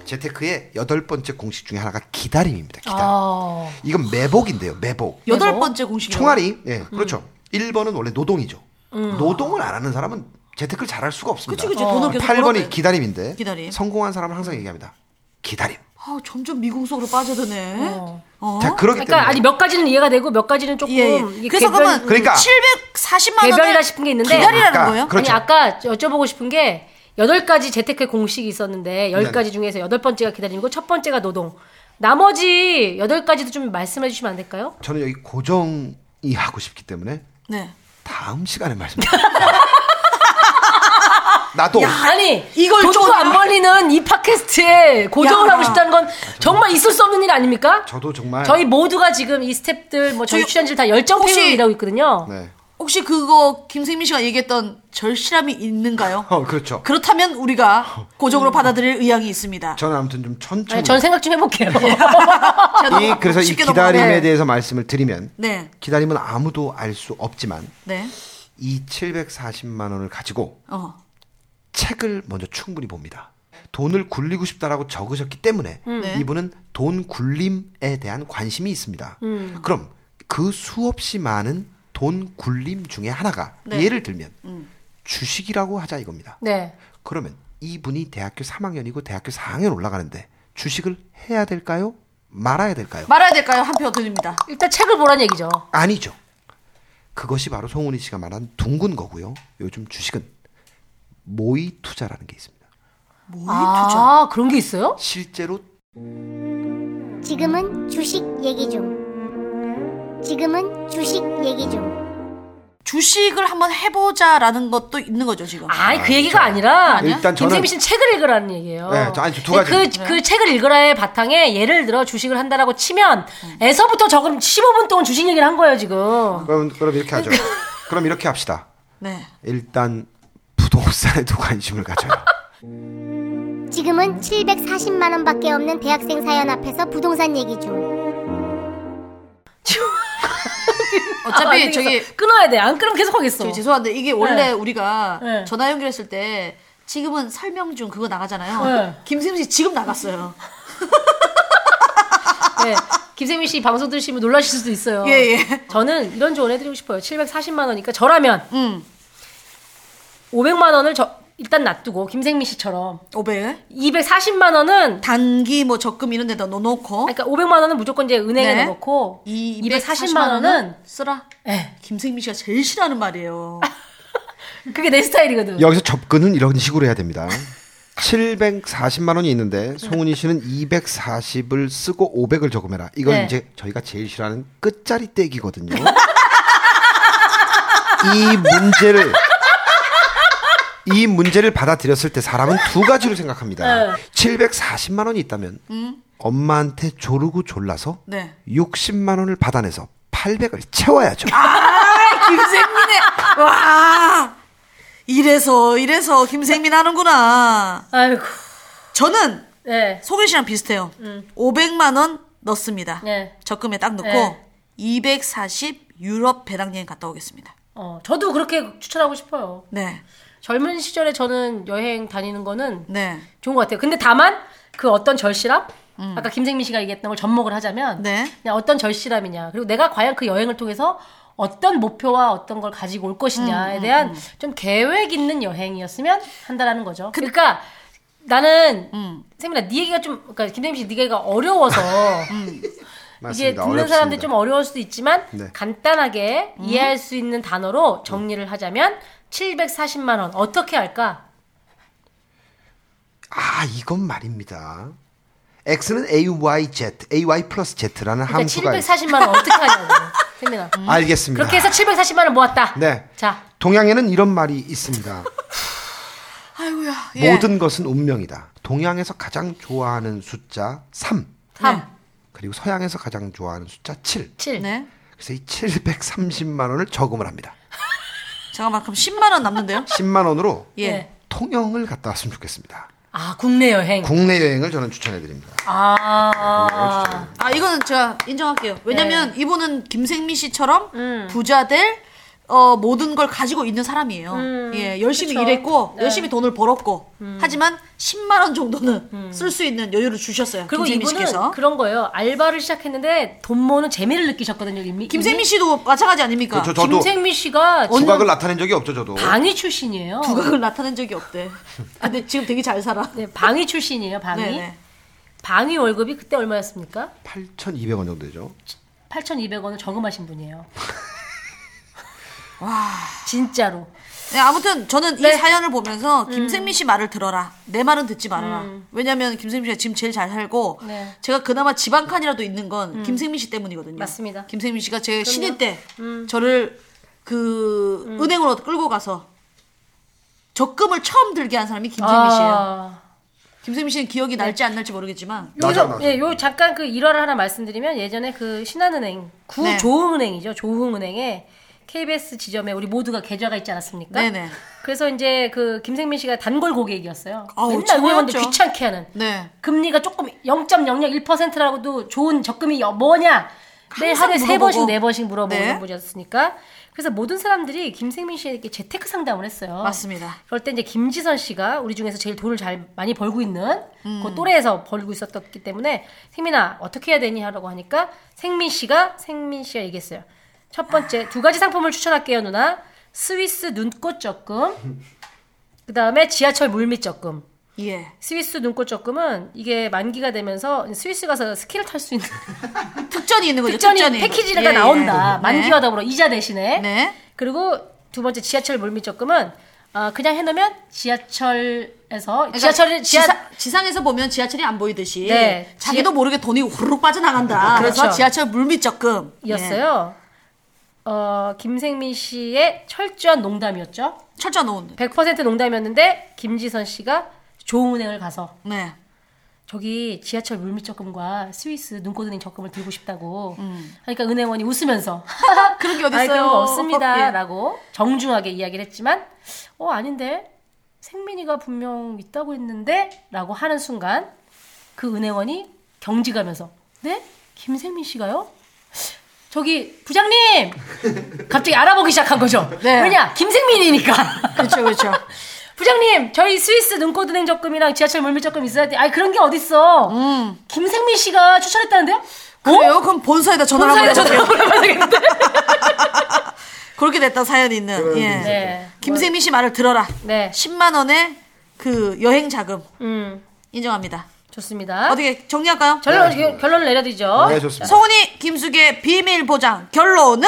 Speaker 9: 재테크의 여덟 번째 공식 중에 하나가 기다림입니다. 기다림.
Speaker 2: 아,
Speaker 9: 이건 매복인데요. 매복.
Speaker 3: 여덟 번째 공식이 음.
Speaker 9: 총알이 예 그렇죠. 1번은 원래 노동이죠. 노동을 안 하는 사람은 재테크를 잘할 수가 없습니다.
Speaker 3: 그치 그치 돈을 계속
Speaker 9: 8번이
Speaker 3: 벌어가요.
Speaker 9: 기다림인데
Speaker 3: 기다림.
Speaker 9: 성공한 사람은 항상 얘기합니다. 기다림.
Speaker 3: 아, 점점 미궁 속으로 빠져드네. 어?
Speaker 9: 자 그렇기
Speaker 2: 그러니까
Speaker 9: 때문에
Speaker 2: 아니 몇 가지는 이해가 되고 몇 가지는 조금
Speaker 3: 예,
Speaker 2: 음, 이게
Speaker 3: 예. 그래서
Speaker 2: 개별-
Speaker 3: 그러면
Speaker 9: 그러니까.
Speaker 3: 740만 원을
Speaker 2: 개별이라 싶은 게 있는데
Speaker 3: 기다리라는
Speaker 9: 그러니까,
Speaker 3: 거예요?
Speaker 9: 그렇죠.
Speaker 2: 아니 아까 여쭤보고 싶은 게 여덟 가지 재테크의 공식이 있었는데 열
Speaker 9: 네.
Speaker 2: 가지 중에서 여덟 번째가 기다리는 거 첫 번째가 노동. 나머지 여덟 가지도 좀 말씀해 주시면 안 될까요?
Speaker 9: 저는 여기 고정이 하고 싶기 때문에
Speaker 3: 네.
Speaker 9: 다음
Speaker 3: (laughs)
Speaker 9: 시간에 말씀드릴게요. 나도
Speaker 2: 아니
Speaker 3: 이걸
Speaker 2: 돈도
Speaker 3: 좀-
Speaker 2: 안 벌리는 이 팟캐스트에 고정을
Speaker 3: 야.
Speaker 2: 하고 싶다는 건 정말 있을 수 없는 일 아닙니까?
Speaker 9: 저도 정말
Speaker 2: 저희 모두가 지금 이 스탭들 뭐 저희
Speaker 3: 저희-
Speaker 2: 출연진다 열정
Speaker 3: 혹시-
Speaker 2: 표현이라고 있거든요.
Speaker 9: 네.
Speaker 3: 혹시 그거 김생민 씨가 얘기했던 절실함이 있는가요?
Speaker 9: 어, 그렇죠.
Speaker 3: 그렇다면 우리가 고정으로 받아들일 의향이 있습니다.
Speaker 9: 저는 아무튼 좀 천천히.
Speaker 2: 아니, 전 생각 좀 해볼게요.
Speaker 3: 예. 제가
Speaker 9: 이,
Speaker 3: 너무
Speaker 9: 그래서 이
Speaker 3: 쉽게 넘어가네.
Speaker 9: 기다림에 대해서 말씀을 드리면
Speaker 3: 네,
Speaker 9: 기다림은 아무도 알 수 없지만
Speaker 3: 네,
Speaker 9: 이 740만 원을 가지고
Speaker 3: 어,
Speaker 9: 책을 먼저 충분히 봅니다. 돈을 굴리고 싶다라고 적으셨기 때문에 이분은 돈 굴림에 대한 관심이 있습니다. 그럼 그 수없이 많은 돈 굴림 중에 하나가 예를 들면 주식이라고 하자 이겁니다.
Speaker 2: (laughs) 네.
Speaker 9: 그러면 이분이 대학교 3학년이고 대학교 4학년 올라가는데 주식을 해야 될까요? 말아야 될까요?
Speaker 3: 말아야 될까요? 한 표 드립니다.
Speaker 2: 일단 책을 보란 얘기죠.
Speaker 9: 아니죠. 그것이 바로 송은이 씨가 말한 둥근 거고요. 요즘 주식은 모의 투자라는 게 있습니다.
Speaker 2: 아, 그런 게 있어요?
Speaker 9: 실제로
Speaker 10: 지금은 주식 얘기 좀. 지금은 주식 얘기 좀.
Speaker 3: 주식을 한번 해보자라는 것도 있는 거죠 지금.
Speaker 2: 아니, 그 얘기가 아니라,
Speaker 9: 아니야? 일단 저는-
Speaker 2: 김세미 씨는 책을 읽으라는 얘기예요.
Speaker 9: 네, 저- 아니, 저두
Speaker 2: 근데
Speaker 9: 가지.
Speaker 2: 그, 그 책을 읽으라의 바탕에 예를 들어 주식을 한다라고 치면,
Speaker 3: 네.
Speaker 2: 에서부터 적은 15분 동안 주식 얘기를 한 거예요, (laughs)
Speaker 3: 어.
Speaker 2: 지금.
Speaker 9: 그럼 그럼 이렇게 하죠. 그럼 이렇게 합시다.
Speaker 3: 네.
Speaker 9: 일단 부동산에도 관심을 가져요.
Speaker 10: 지금은 740만 원밖에 없는 대학생 사연 앞에서 부동산 얘기 좀.
Speaker 3: 어차피
Speaker 2: 아, 안 되겠어.
Speaker 3: 저기
Speaker 2: 끊어야 돼. 안 끊으면 계속 하겠어.
Speaker 3: 저기 죄송한데 이게 원래 우리가
Speaker 2: 네.
Speaker 3: 전화 연결했을 때 지금은 설명 중 그거 나가잖아요.
Speaker 2: 네.
Speaker 3: 김승민 씨 지금 나갔어요.
Speaker 2: 네. (laughs) 김세미 씨 방송 들으시면 놀라실 수도 있어요.
Speaker 3: 예, 예.
Speaker 2: 저는 이런 조언 해드리고 싶어요. 740만 원이니까 저라면
Speaker 3: 음,
Speaker 2: 500만 원을 저 일단 놔두고 김생민 씨처럼
Speaker 3: 500
Speaker 2: 240만 원은
Speaker 3: 단기 뭐 적금 이런 데다 넣어놓고
Speaker 2: 그러니까 500만 원은 무조건 이제 은행에
Speaker 3: 네.
Speaker 2: 넣어놓고
Speaker 3: 이
Speaker 2: 240만 원은 아.
Speaker 3: 쓰라.
Speaker 2: 예.
Speaker 3: 김승민 씨가 제일 싫어하는 말이에요.
Speaker 2: 그게 내 스타일이거든.
Speaker 9: 여기서 접근은 이런 식으로
Speaker 2: (laughs)
Speaker 9: 해야 됩니다. 740만 원이
Speaker 2: 네.
Speaker 9: 있는데 송은이 씨는 240을 쓰고 500을 적으해라. 이건
Speaker 2: 네.
Speaker 9: 이제 저희가 제일 싫어하는 끝자리
Speaker 2: (laughs)
Speaker 9: 떼기거든요. 이 문제를 이 문제를 받아들였을 때 사람은 두 가지로
Speaker 2: 네.
Speaker 9: 생각합니다. 740만 원이 있다면
Speaker 2: 음.
Speaker 9: 엄마한테 조르고 졸라서
Speaker 3: 네.
Speaker 9: 60만 원을 받아내서 800을 채워야죠.
Speaker 2: 아,
Speaker 3: 김생민의 와 이래서 이래서 김생민 하는구나.
Speaker 2: 아이고.
Speaker 3: 저는
Speaker 2: 네.
Speaker 3: 소개 씨랑 비슷해요. 500만 원 넣습니다.
Speaker 2: 네.
Speaker 3: 적금에 딱 넣고
Speaker 2: 네.
Speaker 3: 240 유럽 배낭여행 갔다 오겠습니다.
Speaker 2: 어, 저도 그렇게 추천하고 싶어요.
Speaker 3: 네,
Speaker 2: 젊은 시절에 저는 여행 다니는 거는
Speaker 3: 네,
Speaker 2: 좋은 것 같아요. 근데 다만 그 어떤 절실함? 아까 김생민 씨가 얘기했던 걸 접목을 하자면
Speaker 3: 네.
Speaker 2: 그냥 어떤 절실함이냐 그리고 내가 과연 그 여행을 통해서 어떤 목표와 어떤 걸 가지고 올 것이냐에 대한 좀 계획 있는 여행이었으면 한다라는 거죠. 그러니까 나는 세민아 네 얘기가 좀 그러니까 김생민 씨 네 얘기가 어려워서 이게
Speaker 9: 맞습니다.
Speaker 2: 듣는 사람들 좀 어려울 수도 있지만
Speaker 9: 네.
Speaker 2: 간단하게
Speaker 3: 음.
Speaker 2: 이해할 수 있는 단어로 정리를 하자면 740만 원 어떻게 할까?
Speaker 9: 아, 이건 말입니다. X는 AYZ, AY 플러스 Z라는
Speaker 2: 그러니까
Speaker 9: 함수가 있
Speaker 2: 740만 원 어떻게 하냐고. (laughs) 세민아.
Speaker 9: 알겠습니다.
Speaker 2: 그렇게 해서 740만 원 모았다.
Speaker 9: 네.
Speaker 2: 자,
Speaker 9: 동양에는 이런
Speaker 2: (laughs)
Speaker 9: 말이 있습니다.
Speaker 3: 아이고야. 예.
Speaker 2: 예.
Speaker 9: 모든 것은 운명이다. 동양에서 가장 좋아하는 숫자 3,
Speaker 2: 3,
Speaker 9: 그리고 서양에서 가장 좋아하는 숫자 7.
Speaker 2: 7.
Speaker 3: 네.
Speaker 9: 그래서 이 730만 원을 저금을 합니다.
Speaker 3: 잠깐만 그럼 10만 원 남는데요?
Speaker 9: 10만 원으로
Speaker 3: 예.
Speaker 2: 네.
Speaker 9: 통영을 갔다 왔으면 좋겠습니다.
Speaker 2: 아, 국내 여행.
Speaker 9: 국내 여행을 저는 추천해 드립니다.
Speaker 2: 아. 네.
Speaker 3: 아 이거는 제가 인정할게요. 왜냐면 이분은 김생민 씨처럼
Speaker 2: 음.
Speaker 3: 부자 될 어, 모든 걸 가지고 있는 사람이에요.
Speaker 2: 음.
Speaker 3: 예, 열심히 일했고
Speaker 2: 네.
Speaker 3: 열심히 돈을 벌었고 하지만 10만 원 정도는 쓸 수 있는 여유를 주셨어요.
Speaker 2: 음. 그리고
Speaker 3: 김생민
Speaker 2: 이분은
Speaker 3: 씨께서.
Speaker 2: 그런 거예요. 알바를 시작했는데 돈 모으는 재미를 느끼셨거든요, 이미.
Speaker 3: 김생민 씨도 마찬가지 아닙니까?
Speaker 9: 그렇죠. 저도
Speaker 2: 김생민 씨가
Speaker 9: 두각을 나타낸 적이 없죠, 저도.
Speaker 2: 방위 출신이에요.
Speaker 3: 두각을 나타낸 적이 없대. 아, 근데 지금 되게 잘 살아.
Speaker 2: 네, 방위 출신이에요, 방위.
Speaker 3: 네네.
Speaker 2: 방위 월급이 그때 얼마였습니까?
Speaker 9: 8,200원 정도 되죠.
Speaker 2: 8,200원을 저금하신 분이에요. (laughs) 와, 진짜로.
Speaker 3: 네, 아무튼 저는 이
Speaker 2: 네.
Speaker 3: 사연을 보면서 김생민 씨 말을 들어라. 내 말은 듣지 말아라. 왜냐면 김생민 씨가 지금 제일 잘 살고
Speaker 2: 음. 네. 음.
Speaker 3: 제가 그나마 집 한 칸이라도 있는 건 김생민 씨 때문이거든요.
Speaker 2: 맞습니다. 음.
Speaker 3: 김생민 씨가 제 신인 때 저를 그 은행으로 끌고 가서 적금을 처음 들게 한 사람이 김생민 씨예요.
Speaker 2: 아. 네.
Speaker 3: 김생민 씨는 기억이 날지 안 날지 모르겠지만
Speaker 9: 맞아,
Speaker 2: 여기서
Speaker 9: 맞아.
Speaker 2: 예, 요 잠깐 그 일화를 하나 말씀드리면 예전에 그 신한은행
Speaker 3: 네.
Speaker 2: 구조흥은행이죠. 조흥은행에 KBS 지점에 우리 모두가 계좌가 있지 않았습니까?
Speaker 3: 네네.
Speaker 2: 그래서 이제 그 김생민 씨가 단골 고객이었어요.
Speaker 3: 아우,
Speaker 2: 맨날 우리한테
Speaker 3: 최고였죠.
Speaker 2: 귀찮게 하는.
Speaker 3: 네.
Speaker 2: 금리가 조금 0.001%라고도 좋은 적금이 여- 뭐냐? 매
Speaker 3: 항상
Speaker 2: 하루에 세
Speaker 3: 물어보고.
Speaker 2: 번씩 네 번씩 물어보는
Speaker 3: 네.
Speaker 2: 분이었으니까. 그래서 모든 사람들이 김생민 씨에게 재테크 상담을 했어요.
Speaker 3: 맞습니다.
Speaker 2: 그럴 때 이제 김지선 씨가 우리 중에서 제일 돈을 잘 많이 벌고 있는
Speaker 3: 음.
Speaker 2: 그 또래에서 벌고 있었기 때문에 생민아 어떻게 해야 되니 하라고 하니까 생민 씨가 생민 씨가 얘기했어요. 첫
Speaker 3: 아.
Speaker 2: 번째 두 가지 상품을 추천할게요 누나 스위스 눈꽃 적금 그 다음에 지하철 물밑 적금
Speaker 3: 예.
Speaker 2: 스위스 눈꽃 적금은 이게 만기가 되면서 스위스 가서 스키를 탈 수 있는
Speaker 3: 특전이 있는 거죠.
Speaker 2: 어, 특전이
Speaker 3: 특전이,
Speaker 2: 패키지가
Speaker 3: 예, 예.
Speaker 2: 나온다
Speaker 3: 네.
Speaker 2: 만기와 더불어 이자 대신에
Speaker 3: 네.
Speaker 2: 그리고 두 번째 지하철 물밑 적금은 아, 그냥 해놓으면 지하철에서 그러니까 지하철 지하
Speaker 3: 지상, 에서 보면 지하철이 안 보이듯이
Speaker 2: 네.
Speaker 3: 자기도 모르게 돈이 후루룩 빠져나간다. 그래서
Speaker 2: 그렇죠.
Speaker 3: 지하철 물밑 적금 네.
Speaker 2: 이었어요. 어, 김생민 씨의 철저한 농담이었죠.
Speaker 3: 예. 철저 놓은.
Speaker 2: 100% 농담이었는데 김지선 씨가 좋은은행을 가서
Speaker 3: 네.
Speaker 2: 저기 지하철 물밑 적금과 스위스 눈꽃은행 적금을 들고 싶다고 하니까 은행원이 웃으면서 (laughs)
Speaker 3: 그런 게
Speaker 2: 아이, 그런
Speaker 3: 어딨어요?
Speaker 2: 거 없습니다.
Speaker 3: 예.
Speaker 2: 라고 정중하게 이야기를 했지만, 어, 아닌데? 생민이가 분명 있다고 했는데? 라고 하는 순간, 그 은행원이 경직하면서, 네? 김생민 씨가요? 저기, 부장님! 갑자기 알아보기 시작한 거죠.
Speaker 3: 네.
Speaker 2: 왜냐? 김생민이니까. (laughs)
Speaker 3: 그렇죠, 그렇죠.
Speaker 2: 부장님, 저희 스위스 눈꽃은행 적금이랑 지하철 물밀 적금 있어야 돼. 아이, 그런 게 어딨어. 김생민 씨가 추천했다는데요?
Speaker 3: 그래요? 그럼 본사에다 전화를 한번
Speaker 2: 어? 본사에다 전화
Speaker 3: 해보세요.
Speaker 2: 보내면 되겠는데?
Speaker 3: 그렇게 됐다 사연이 있는. 예.
Speaker 2: 네.
Speaker 3: 김세민 씨 말을 들어라.
Speaker 2: 네.
Speaker 3: 10만 원의 그 여행 자금
Speaker 2: 음,
Speaker 3: 인정합니다.
Speaker 2: 좋습니다.
Speaker 3: 어떻게 정리할까요?
Speaker 2: 결론, 결- 결론을 내려드리죠.
Speaker 9: 네, 좋습니다.
Speaker 3: 성훈이 김숙의 비밀 보장 결론은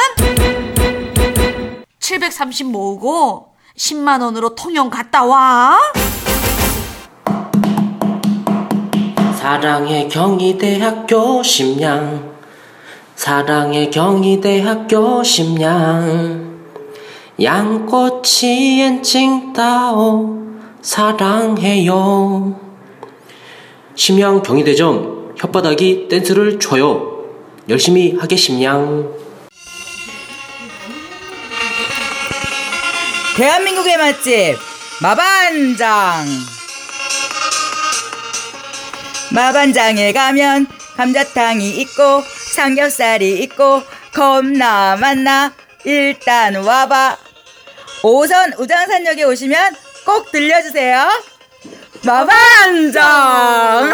Speaker 3: 730 모으고 10만 원으로 통영 갔다 와.
Speaker 11: 사랑의 경희대학교 심양 사랑의 경희대학교 심양 양꼬치 엔칭따오 사랑해요 심양 경희대점 혓바닥이 댄스를 춰요 열심히 하겠심양
Speaker 12: 대한민국의 맛집 마반장 마반장에 가면 감자탕이 있고 삼겹살이 있고 겁나 많나 일단 와봐 5선 우장산역에 오시면 꼭 들려주세요 마반장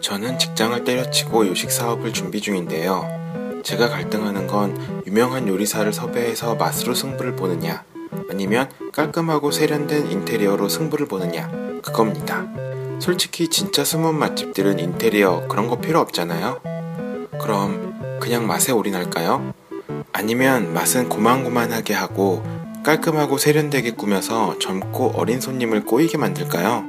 Speaker 7: 저는 직장을 때려치고 요식 사업을 준비 중인데요. 제가 갈등하는 건 유명한 요리사를 섭외해서 맛으로 승부를 보느냐, 아니면 깔끔하고 세련된 인테리어로 승부를 보느냐, 그겁니다. 솔직히 진짜 숨은 맛집들은 인테리어 그런 거 필요 없잖아요? 그럼 그냥 맛에 올인할까요? 아니면 맛은 고만고만하게 하고 깔끔하고 세련되게 꾸며서 젊고 어린 손님을 꼬이게 만들까요?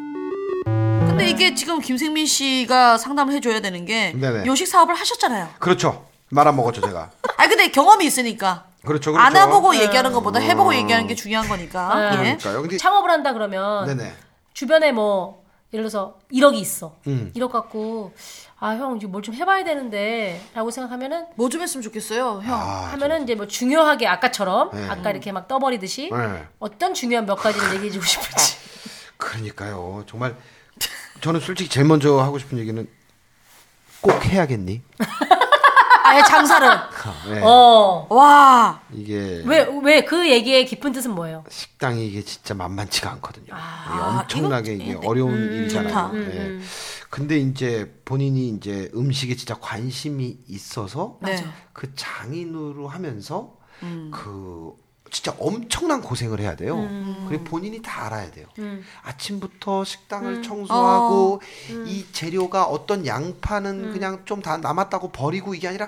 Speaker 3: 근데 이게 지금 김생민 씨가 상담을 해줘야 되는 게
Speaker 9: 네네.
Speaker 3: 요식 사업을 하셨잖아요.
Speaker 9: 그렇죠. 말아먹었죠, 제가.
Speaker 3: 아 근데 경험이 있으니까
Speaker 9: 그렇죠, 그렇죠.
Speaker 3: 안 해보고 얘기하는 것보다
Speaker 9: 음.
Speaker 3: 해보고 얘기하는 게 중요한 거니까.
Speaker 2: 네.
Speaker 3: 예.
Speaker 9: 그러니까요. 근데
Speaker 2: 창업을 한다 그러면
Speaker 9: 네네.
Speaker 2: 주변에 뭐 예를 들어서 1억이 있어.
Speaker 9: 음.
Speaker 2: 1억 갖고 아 형 이거 뭘 좀 해봐야 되는데라고 생각하면은
Speaker 3: 뭐 좀 했으면 좋겠어요, 형.
Speaker 9: 아,
Speaker 2: 하면은 이제 뭐 중요하게 아까처럼
Speaker 9: 네.
Speaker 2: 아까 이렇게 막 떠버리듯이
Speaker 9: 네.
Speaker 2: 어떤 중요한 몇 가지를
Speaker 9: (laughs)
Speaker 2: 얘기해주고 싶을지.
Speaker 9: 그러니까요. 정말 저는 솔직히 제일 먼저 하고 싶은 얘기는 꼭 해야겠니?
Speaker 3: 아예 장사를.
Speaker 9: 네.
Speaker 2: 어.
Speaker 3: 와.
Speaker 9: 이게
Speaker 2: 왜 왜 그 얘기의 깊은 뜻은 뭐예요?
Speaker 9: 식당이 이게 진짜 만만치가 않거든요.
Speaker 3: 아,
Speaker 9: 이게 엄청나게 이게 어려운 일이잖아요.
Speaker 3: 네. 음, 좋다. 음.
Speaker 9: 예. 근데 이제 본인이 이제 음식에 진짜 관심이 있어서
Speaker 3: 네. 음.
Speaker 9: 그 장인으로 하면서 그 진짜 엄청난 고생을 해야 돼요.
Speaker 3: 음.
Speaker 9: 그리고 본인이 다 알아야 돼요. 아침부터
Speaker 3: 음.
Speaker 9: 식당을 청소하고
Speaker 3: 어.
Speaker 9: 이 재료가 어떤
Speaker 3: 음.
Speaker 9: 양파는 그냥 좀 다 남았다고 버리고 이게 아니라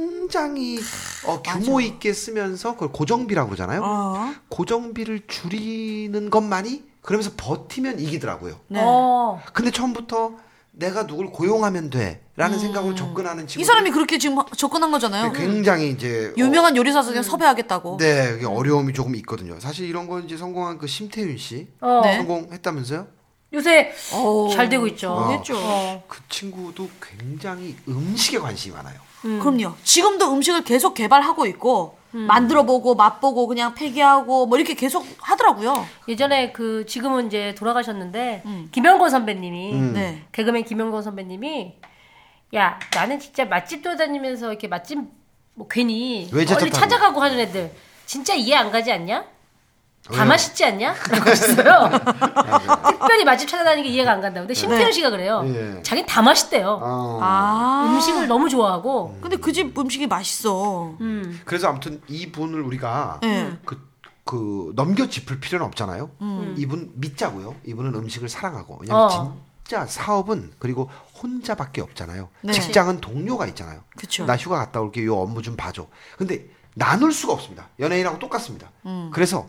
Speaker 9: 굉장히 어, 규모 있게 쓰면서 그걸 고정비라고 그러잖아요.
Speaker 3: 어.
Speaker 9: 고정비를 줄이는 것만이 그러면서 버티면 이기더라고요.
Speaker 3: 네.
Speaker 2: 어.
Speaker 9: 근데 처음부터 내가 누굴 고용하면 돼라는 생각으로 접근하는
Speaker 3: 음.
Speaker 9: 친구
Speaker 3: 이 사람이 그렇게 지금 접근한 거잖아요.
Speaker 9: 굉장히 이제
Speaker 3: 유명한 요리사서 그냥 섭외하겠다고.
Speaker 9: 어, 그- 네 이게 어려움이 조금 있거든요. 사실 이런 건 이제 성공한 그 심태윤 씨
Speaker 2: 어.
Speaker 3: 네.
Speaker 9: 성공했다면서요?
Speaker 2: 요새 잘 되고 있죠.
Speaker 9: 어, 그 친구도 굉장히 음식에 관심이 많아요.
Speaker 3: 그럼요. 지금도 음식을 계속 개발하고 있고 만들어보고 맛보고 그냥 폐기하고 뭐 이렇게 계속 하더라고요.
Speaker 2: 예전에 그 지금은 이제 돌아가셨는데 김영건 선배님이
Speaker 3: 음. 네.
Speaker 2: 개그맨 김영건 선배님이 야 나는 진짜 맛집 돌아다니면서 이렇게 맛집 뭐 괜히
Speaker 9: 왜
Speaker 2: 멀리
Speaker 9: 찾아가는
Speaker 2: 찾아가고 하는 애들 진짜 이해 안 가지 않냐? 다
Speaker 9: 왜요?
Speaker 2: 맛있지
Speaker 9: (laughs)
Speaker 2: 않냐? 라고 했어요. 특별히 맛집 찾아다니는 게 이해가 안 간다고. 근데 심태현 씨가 그래요.
Speaker 9: 네. 예.
Speaker 2: 자기 다 맛있대요.
Speaker 9: 음.
Speaker 3: 아.
Speaker 2: 음식을 너무 좋아하고.
Speaker 3: 근데 그 집 음식이 맛있어.
Speaker 9: 그래서 아무튼 이분을 우리가
Speaker 3: 네.
Speaker 2: 음.
Speaker 9: 그, 그 넘겨 짚을 필요는 없잖아요.
Speaker 3: 음.
Speaker 9: 이분 믿자고요. 이분은 음식을 사랑하고 왜냐면
Speaker 3: 어.
Speaker 9: 진짜 사업은 그리고 혼자밖에 없잖아요.
Speaker 3: 네.
Speaker 9: 직장은 동료가 있잖아요.
Speaker 3: 그쵸.
Speaker 9: 나 휴가 갔다 올게. 요 업무 좀 봐줘. 근데 나눌 수가 없습니다. 연예인하고 똑같습니다.
Speaker 3: 음.
Speaker 9: 그래서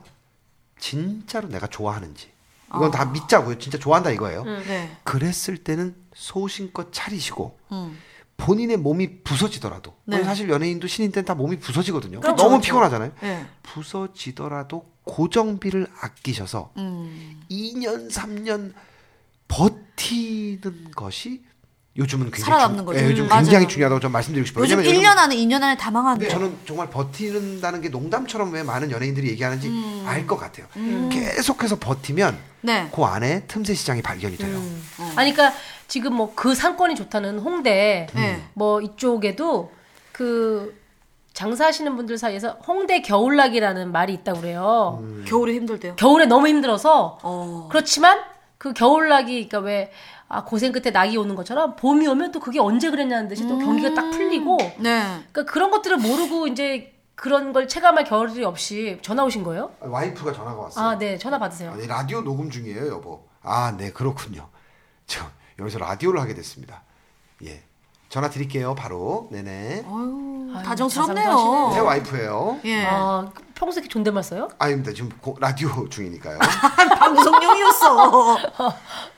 Speaker 9: 진짜로 내가 좋아하는지 이건 다 믿자고요. 진짜 좋아한다 이거예요.
Speaker 3: 음. 네.
Speaker 9: 그랬을 때는 소신껏 차리시고
Speaker 3: 음.
Speaker 9: 본인의 몸이 부서지더라도
Speaker 3: 네.
Speaker 9: 왜냐면 사실 연예인도 신인 때는 다 몸이 부서지거든요.
Speaker 3: 그렇죠,
Speaker 9: 너무
Speaker 3: 그렇죠.
Speaker 9: 피곤하잖아요.
Speaker 3: 네.
Speaker 9: 부서지더라도 고정비를 아끼셔서
Speaker 3: 음.
Speaker 9: 2년 3년 버티는 것이 요즘은 굉장히
Speaker 3: 살아남는
Speaker 9: 중-
Speaker 3: 거죠.
Speaker 9: 예, 요즘
Speaker 3: 음,
Speaker 9: 굉장히
Speaker 3: 맞아요.
Speaker 9: 중요하다고 좀 말씀드리고 싶어요.
Speaker 3: 요즘
Speaker 9: 왜냐면
Speaker 3: 1년 안에 2년 안에 다 망하는데.
Speaker 9: 근데 저는 정말 버티는다는 게 농담처럼 왜 많은 연예인들이 얘기하는지
Speaker 3: 음.
Speaker 9: 알 것 같아요.
Speaker 2: 음.
Speaker 9: 계속해서 버티면
Speaker 3: 네. 음.
Speaker 9: 그 안에 틈새 시장이 발견이 돼요.
Speaker 2: 아니, 그러니까 지금 뭐 그 상권이 좋다는 홍대,
Speaker 9: 네.
Speaker 2: 뭐 이쪽에도 그 장사하시는 분들 사이에서 홍대 겨울락이라는 말이 있다고 그래요.
Speaker 9: 음.
Speaker 3: 겨울에 힘들대요.
Speaker 2: 겨울에 너무 힘들어서
Speaker 3: 어.
Speaker 2: 그렇지만 그 겨울락이 그러니까 왜 아, 고생 끝에 낙이 오는 것처럼 봄이 오면 또 그게 언제 그랬냐는 듯이 또 경기가 딱 풀리고
Speaker 3: 네.
Speaker 2: 그러니까 그런 것들을 모르고 이제 그런 걸 체감할 겨울이 없이 전화 오신 거예요?
Speaker 9: 와이프가 전화가 왔어요.
Speaker 2: 아, 네. 전화 받으세요.
Speaker 9: 아니, 라디오 녹음 중이에요, 여보. 아, 네, 그렇군요. (laughs) 저 여기서 라디오를 하게 됐습니다. 예, 전화 드릴게요, 바로. 네네.
Speaker 3: 어.
Speaker 2: 자상하시네.
Speaker 3: 아유, 다정스럽네요.
Speaker 9: 제 와이프예요.
Speaker 3: 예.
Speaker 2: 아, 평소에 이렇게 존댓말 써요?
Speaker 9: 아닙니다. 지금 고- 라디오 중이니까요.
Speaker 2: (laughs)
Speaker 3: 방송용이었어.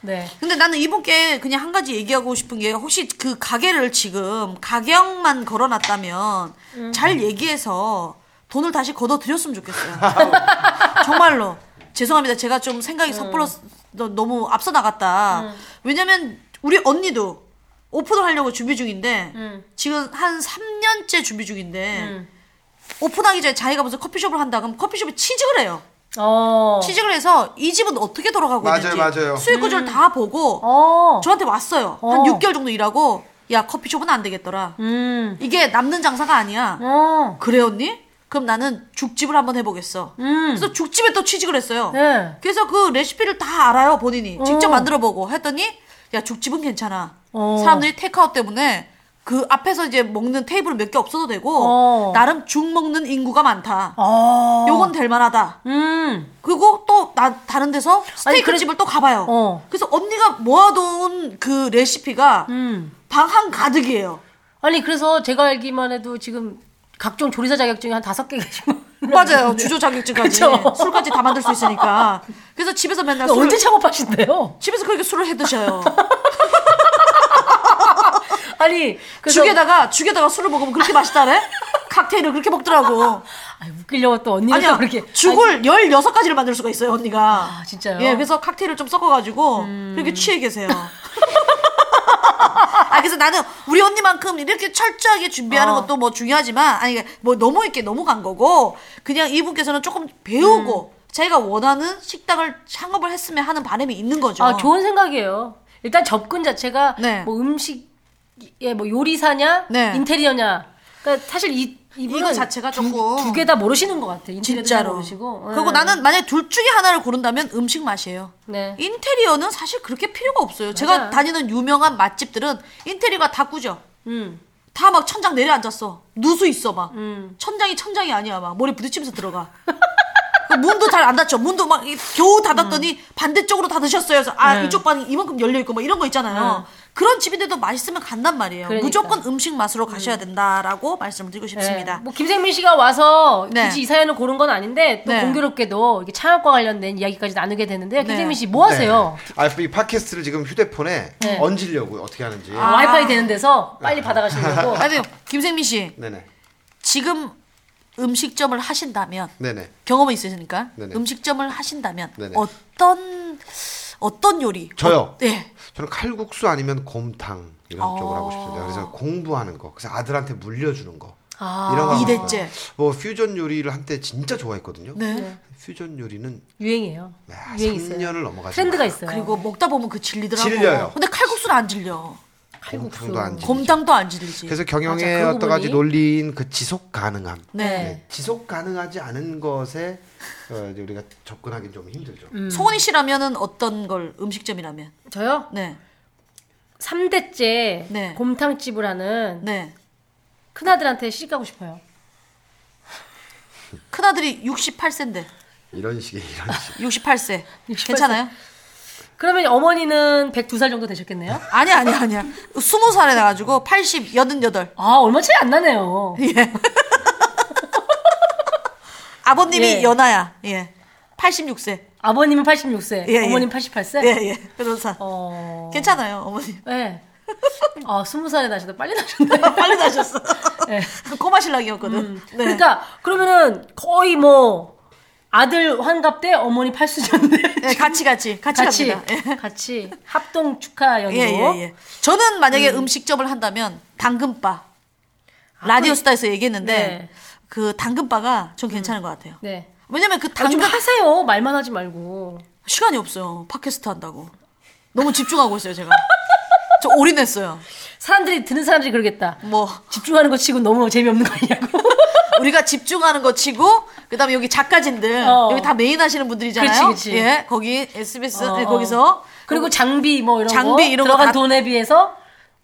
Speaker 2: 네.
Speaker 3: 근데 나는 이분께 그냥 한 가지 얘기하고 싶은 게 혹시 그 가게를 지금 가격만 걸어놨다면 잘 얘기해서 돈을 다시 걷어들였으면
Speaker 9: (laughs)
Speaker 3: 좋겠어요. 정말로 죄송합니다. 제가 좀 생각이 섣불러 너무 앞서 나갔다. 왜냐면 우리 언니도 오픈을 하려고 준비 중인데 지금 한 3년째 준비 중인데 오픈하기 전에 자기가 무슨 커피숍을 한다 그럼 커피숍에 취직을 해요.
Speaker 2: 어.
Speaker 3: 취직을 해서 이 집은 어떻게 돌아가고
Speaker 9: 맞아요,
Speaker 3: 있는지
Speaker 9: 맞아요.
Speaker 3: 수익 구조를 다 보고 저한테 왔어요. 한
Speaker 2: 어.
Speaker 3: 6개월 정도 일하고 야 커피숍은 안 되겠더라.
Speaker 2: 음.
Speaker 3: 이게 남는 장사가 아니야.
Speaker 2: 어.
Speaker 3: 그래 언니? 그럼 나는 죽집을 한번 해보겠어.
Speaker 2: 음.
Speaker 3: 그래서 죽집에 또 취직을 했어요.
Speaker 2: 네.
Speaker 3: 그래서 그 레시피를 다 알아요 본인이
Speaker 2: 어.
Speaker 3: 직접 만들어보고 했더니 야 죽집은 괜찮아.
Speaker 2: 어.
Speaker 3: 사람들이 테크아웃 때문에 그 앞에서 이제 먹는 테이블은 몇 개 없어도 되고
Speaker 2: 어.
Speaker 3: 나름 죽 먹는 인구가 많다.
Speaker 2: 어.
Speaker 3: 요건 될 만하다.
Speaker 2: 음.
Speaker 3: 그리고 또 나 다른 데서
Speaker 2: 아니,
Speaker 3: 스테이크
Speaker 2: 그래-
Speaker 3: 집을 또 가봐요.
Speaker 2: 어.
Speaker 3: 그래서 언니가 모아둔 그 레시피가
Speaker 2: 음.
Speaker 3: 방 한 가득이에요.
Speaker 2: 아니, 그래서 제가 알기만 해도 지금 각종 조리사 자격증이 한 다섯 개가 지금
Speaker 3: 맞아요. 주조 자격증까지
Speaker 2: 그쵸?
Speaker 3: 술까지 다 만들 수 있으니까. 그래서 집에서 맨날 아, 술
Speaker 2: 언제 창업하신대요?
Speaker 3: 집에서 그렇게 술을 해 드셔요.
Speaker 2: 아니, 그래서
Speaker 3: 죽에다가 죽에다가 술을 먹으면 그렇게 맛있다래? 칵테일을 그렇게 먹더라고.
Speaker 2: 아이, 웃기려고 또 언니가
Speaker 3: 아니야.
Speaker 2: 또 그렇게
Speaker 3: 죽을 16가지를 만들 수가 있어요, 언니가.
Speaker 2: 아, 진짜요? 음.
Speaker 3: 예, 그래서 칵테일을 좀 섞어가지고 그렇게
Speaker 2: (laughs)
Speaker 3: 취해 계세요. 아, 그래서 나는 우리 언니만큼 이렇게 철저하게 준비하는
Speaker 2: 어.
Speaker 3: 것도 뭐 중요하지만, 아니, 뭐 너무 이렇게 너무 간 거고, 그냥 이분께서는 조금 배우고,
Speaker 2: 음.
Speaker 3: 자기가 원하는 식당을 창업을 했으면 하는 바람이 있는 거죠.
Speaker 2: 아, 좋은 생각이에요. 일단 접근 자체가
Speaker 3: 어. 네.
Speaker 2: 뭐 음식에 뭐 요리사냐,
Speaker 3: 네.
Speaker 2: 인테리어냐. 그러니까 사실 이 이분
Speaker 3: 이거 자체가 조금
Speaker 2: 두 개 다 모르시는 것 같아. 인테리어도 잘
Speaker 3: 진짜로.
Speaker 2: 모르시고.
Speaker 3: 그리고
Speaker 2: 음.
Speaker 3: 나는 만약에 둘 중에 하나를 고른다면 음식 맛이에요.
Speaker 2: 네.
Speaker 3: 인테리어는 사실 그렇게 필요가 없어요. 제가 다니는 유명한 맛집들은 인테리어가 다 꾸죠.
Speaker 2: 음.
Speaker 3: 다 막 천장 내려앉았어. 누수 있어 막.
Speaker 2: 음.
Speaker 3: 천장이 천장이 아니야 막. 머리 부딪히면서 들어가. (laughs) 그 문도 잘 안 닫죠. 문도 막 이- 겨우 닫았더니 반대쪽으로 닫으셨어요. 그래서 아
Speaker 2: 음. 네.
Speaker 3: 이쪽 방이 이만큼 열려 있고 막 이런 거 있잖아요. 그런 집인데도 맛있으면 간단 말이에요.
Speaker 2: 그러니까.
Speaker 3: 무조건 음식 맛으로 가셔야 된다라고 말씀을 드리고 싶습니다.
Speaker 2: 네. 뭐 김생민 씨가 와서
Speaker 3: 네.
Speaker 2: 굳이 이 사연을 고른 건 아닌데 또
Speaker 3: 네.
Speaker 2: 공교롭게도 이게 창업과 관련된 이야기까지 나누게 되는데요. 김생민 씨 뭐
Speaker 9: 네.
Speaker 2: 하세요?
Speaker 9: 아, 이 팟캐스트를 지금 휴대폰에
Speaker 2: 네.
Speaker 9: 얹으려고 어떻게 하는지.
Speaker 2: 아, 와이파이 되는 데서 빨리
Speaker 3: (laughs)
Speaker 2: 받아가시려고.
Speaker 3: 아니 김생민 씨
Speaker 9: 네네.
Speaker 3: 지금 음식점을 하신다면
Speaker 9: 네네.
Speaker 3: 경험이 있으시니까
Speaker 9: 네네.
Speaker 3: 음식점을 하신다면
Speaker 9: 네네.
Speaker 3: 어떤 어떤 요리?
Speaker 9: 저요.
Speaker 3: 네.
Speaker 9: 저는 칼국수 아니면 곰탕 이런
Speaker 3: 어.
Speaker 9: 쪽을 하고 싶습니다. 그래서 공부하는 거, 그래서 아들한테 물려주는 거
Speaker 3: 아,
Speaker 9: 이런 거 하고
Speaker 3: 이대째.
Speaker 9: 싶어요. 뭐 퓨전 요리를 한때 진짜 좋아했거든요.
Speaker 3: 네. 네.
Speaker 9: 퓨전 요리는
Speaker 2: 유행이에요.
Speaker 9: 유행 3년을 넘어가지
Speaker 2: 있어요.
Speaker 3: 그리고 먹다 보면 그 질리더라고.
Speaker 9: 질려요.
Speaker 3: 근데 칼국수는 안 질려.
Speaker 9: 곰탕도 안 질리죠.
Speaker 3: 곰탕도 안 질리지.
Speaker 9: 그래서 경영의
Speaker 3: 맞아, 그러고
Speaker 9: 어떤 가지
Speaker 3: 보니.
Speaker 9: 논리인 그 지속 가능함.
Speaker 3: 네.
Speaker 9: 지속 가능하지 않은 것에 어, 이제 우리가 접근하기 좀 힘들죠.
Speaker 3: 송은이 씨라면은 어떤 걸 음식점이라면?
Speaker 2: 저요?
Speaker 3: 네.
Speaker 2: 3대째 곰탕집을 하는
Speaker 3: 네.
Speaker 2: 큰아들한테 시집가고 싶어요.
Speaker 3: 큰아들이 68세인데.
Speaker 9: 이런 식의 이런 식.
Speaker 3: 68세. 괜찮아요?
Speaker 2: 그러면 어머니는 102살 정도 되셨겠네요?
Speaker 3: 아니 아니 아니야. 20살에 나가지고 80, 88.
Speaker 2: 아 얼마 차이 안 나네요.
Speaker 3: 예. 아버님이
Speaker 2: 예.
Speaker 3: 연하야. 예. 86세.
Speaker 2: 아버님은 86세,
Speaker 3: 예, 예.
Speaker 2: 어머님 88세? 어.
Speaker 3: 예, 예. 변호사. 괜찮아요, 어머님.
Speaker 2: 네. 아, 20살에 나셨다. 빨리 나셨네.
Speaker 3: (laughs)
Speaker 2: 예.
Speaker 3: 빨리 나셨어. 네. 꼬마 신랑이었거든. 네.
Speaker 2: 그러니까 그러면은 거의 뭐 아들 환갑 때 어머니 팔순이었는데
Speaker 3: 예, 같이 같이 같이
Speaker 2: (laughs)
Speaker 3: 갑니다.
Speaker 2: 같이 합동 축하 연휴.
Speaker 3: 예, 예, 예. 저는 만약에 음. 식점을 한다면 당근바 라디오스타에서 얘기했는데
Speaker 2: 아, 네.
Speaker 3: 그 당근바가 좀 괜찮은 것 같아요.
Speaker 2: 네.
Speaker 3: 왜냐면 그
Speaker 2: 아, 좀
Speaker 3: 당근
Speaker 2: 하세요. 말만 하지 말고.
Speaker 3: 시간이 없어요. 팟캐스트 한다고 너무 집중하고 있어요 제가. 저 올인했어요.
Speaker 2: 사람들이 듣는 사람들이 그러겠다.
Speaker 3: 뭐
Speaker 2: 집중하는 거 치고 너무 재미없는 거 아니냐고.
Speaker 3: 우리가 집중하는 거 치고 그다음에 여기 작가진들
Speaker 2: 어.
Speaker 3: 여기 다 메인 하시는 분들이잖아요.
Speaker 2: 그치, 그치.
Speaker 3: 예, 거기 SBS
Speaker 2: 어,
Speaker 3: 예,
Speaker 2: 어.
Speaker 3: 거기서
Speaker 2: 그리고 장비 뭐 이런 거
Speaker 3: 장비 이런
Speaker 2: 들어간
Speaker 3: 거 다-
Speaker 2: 돈에 비해서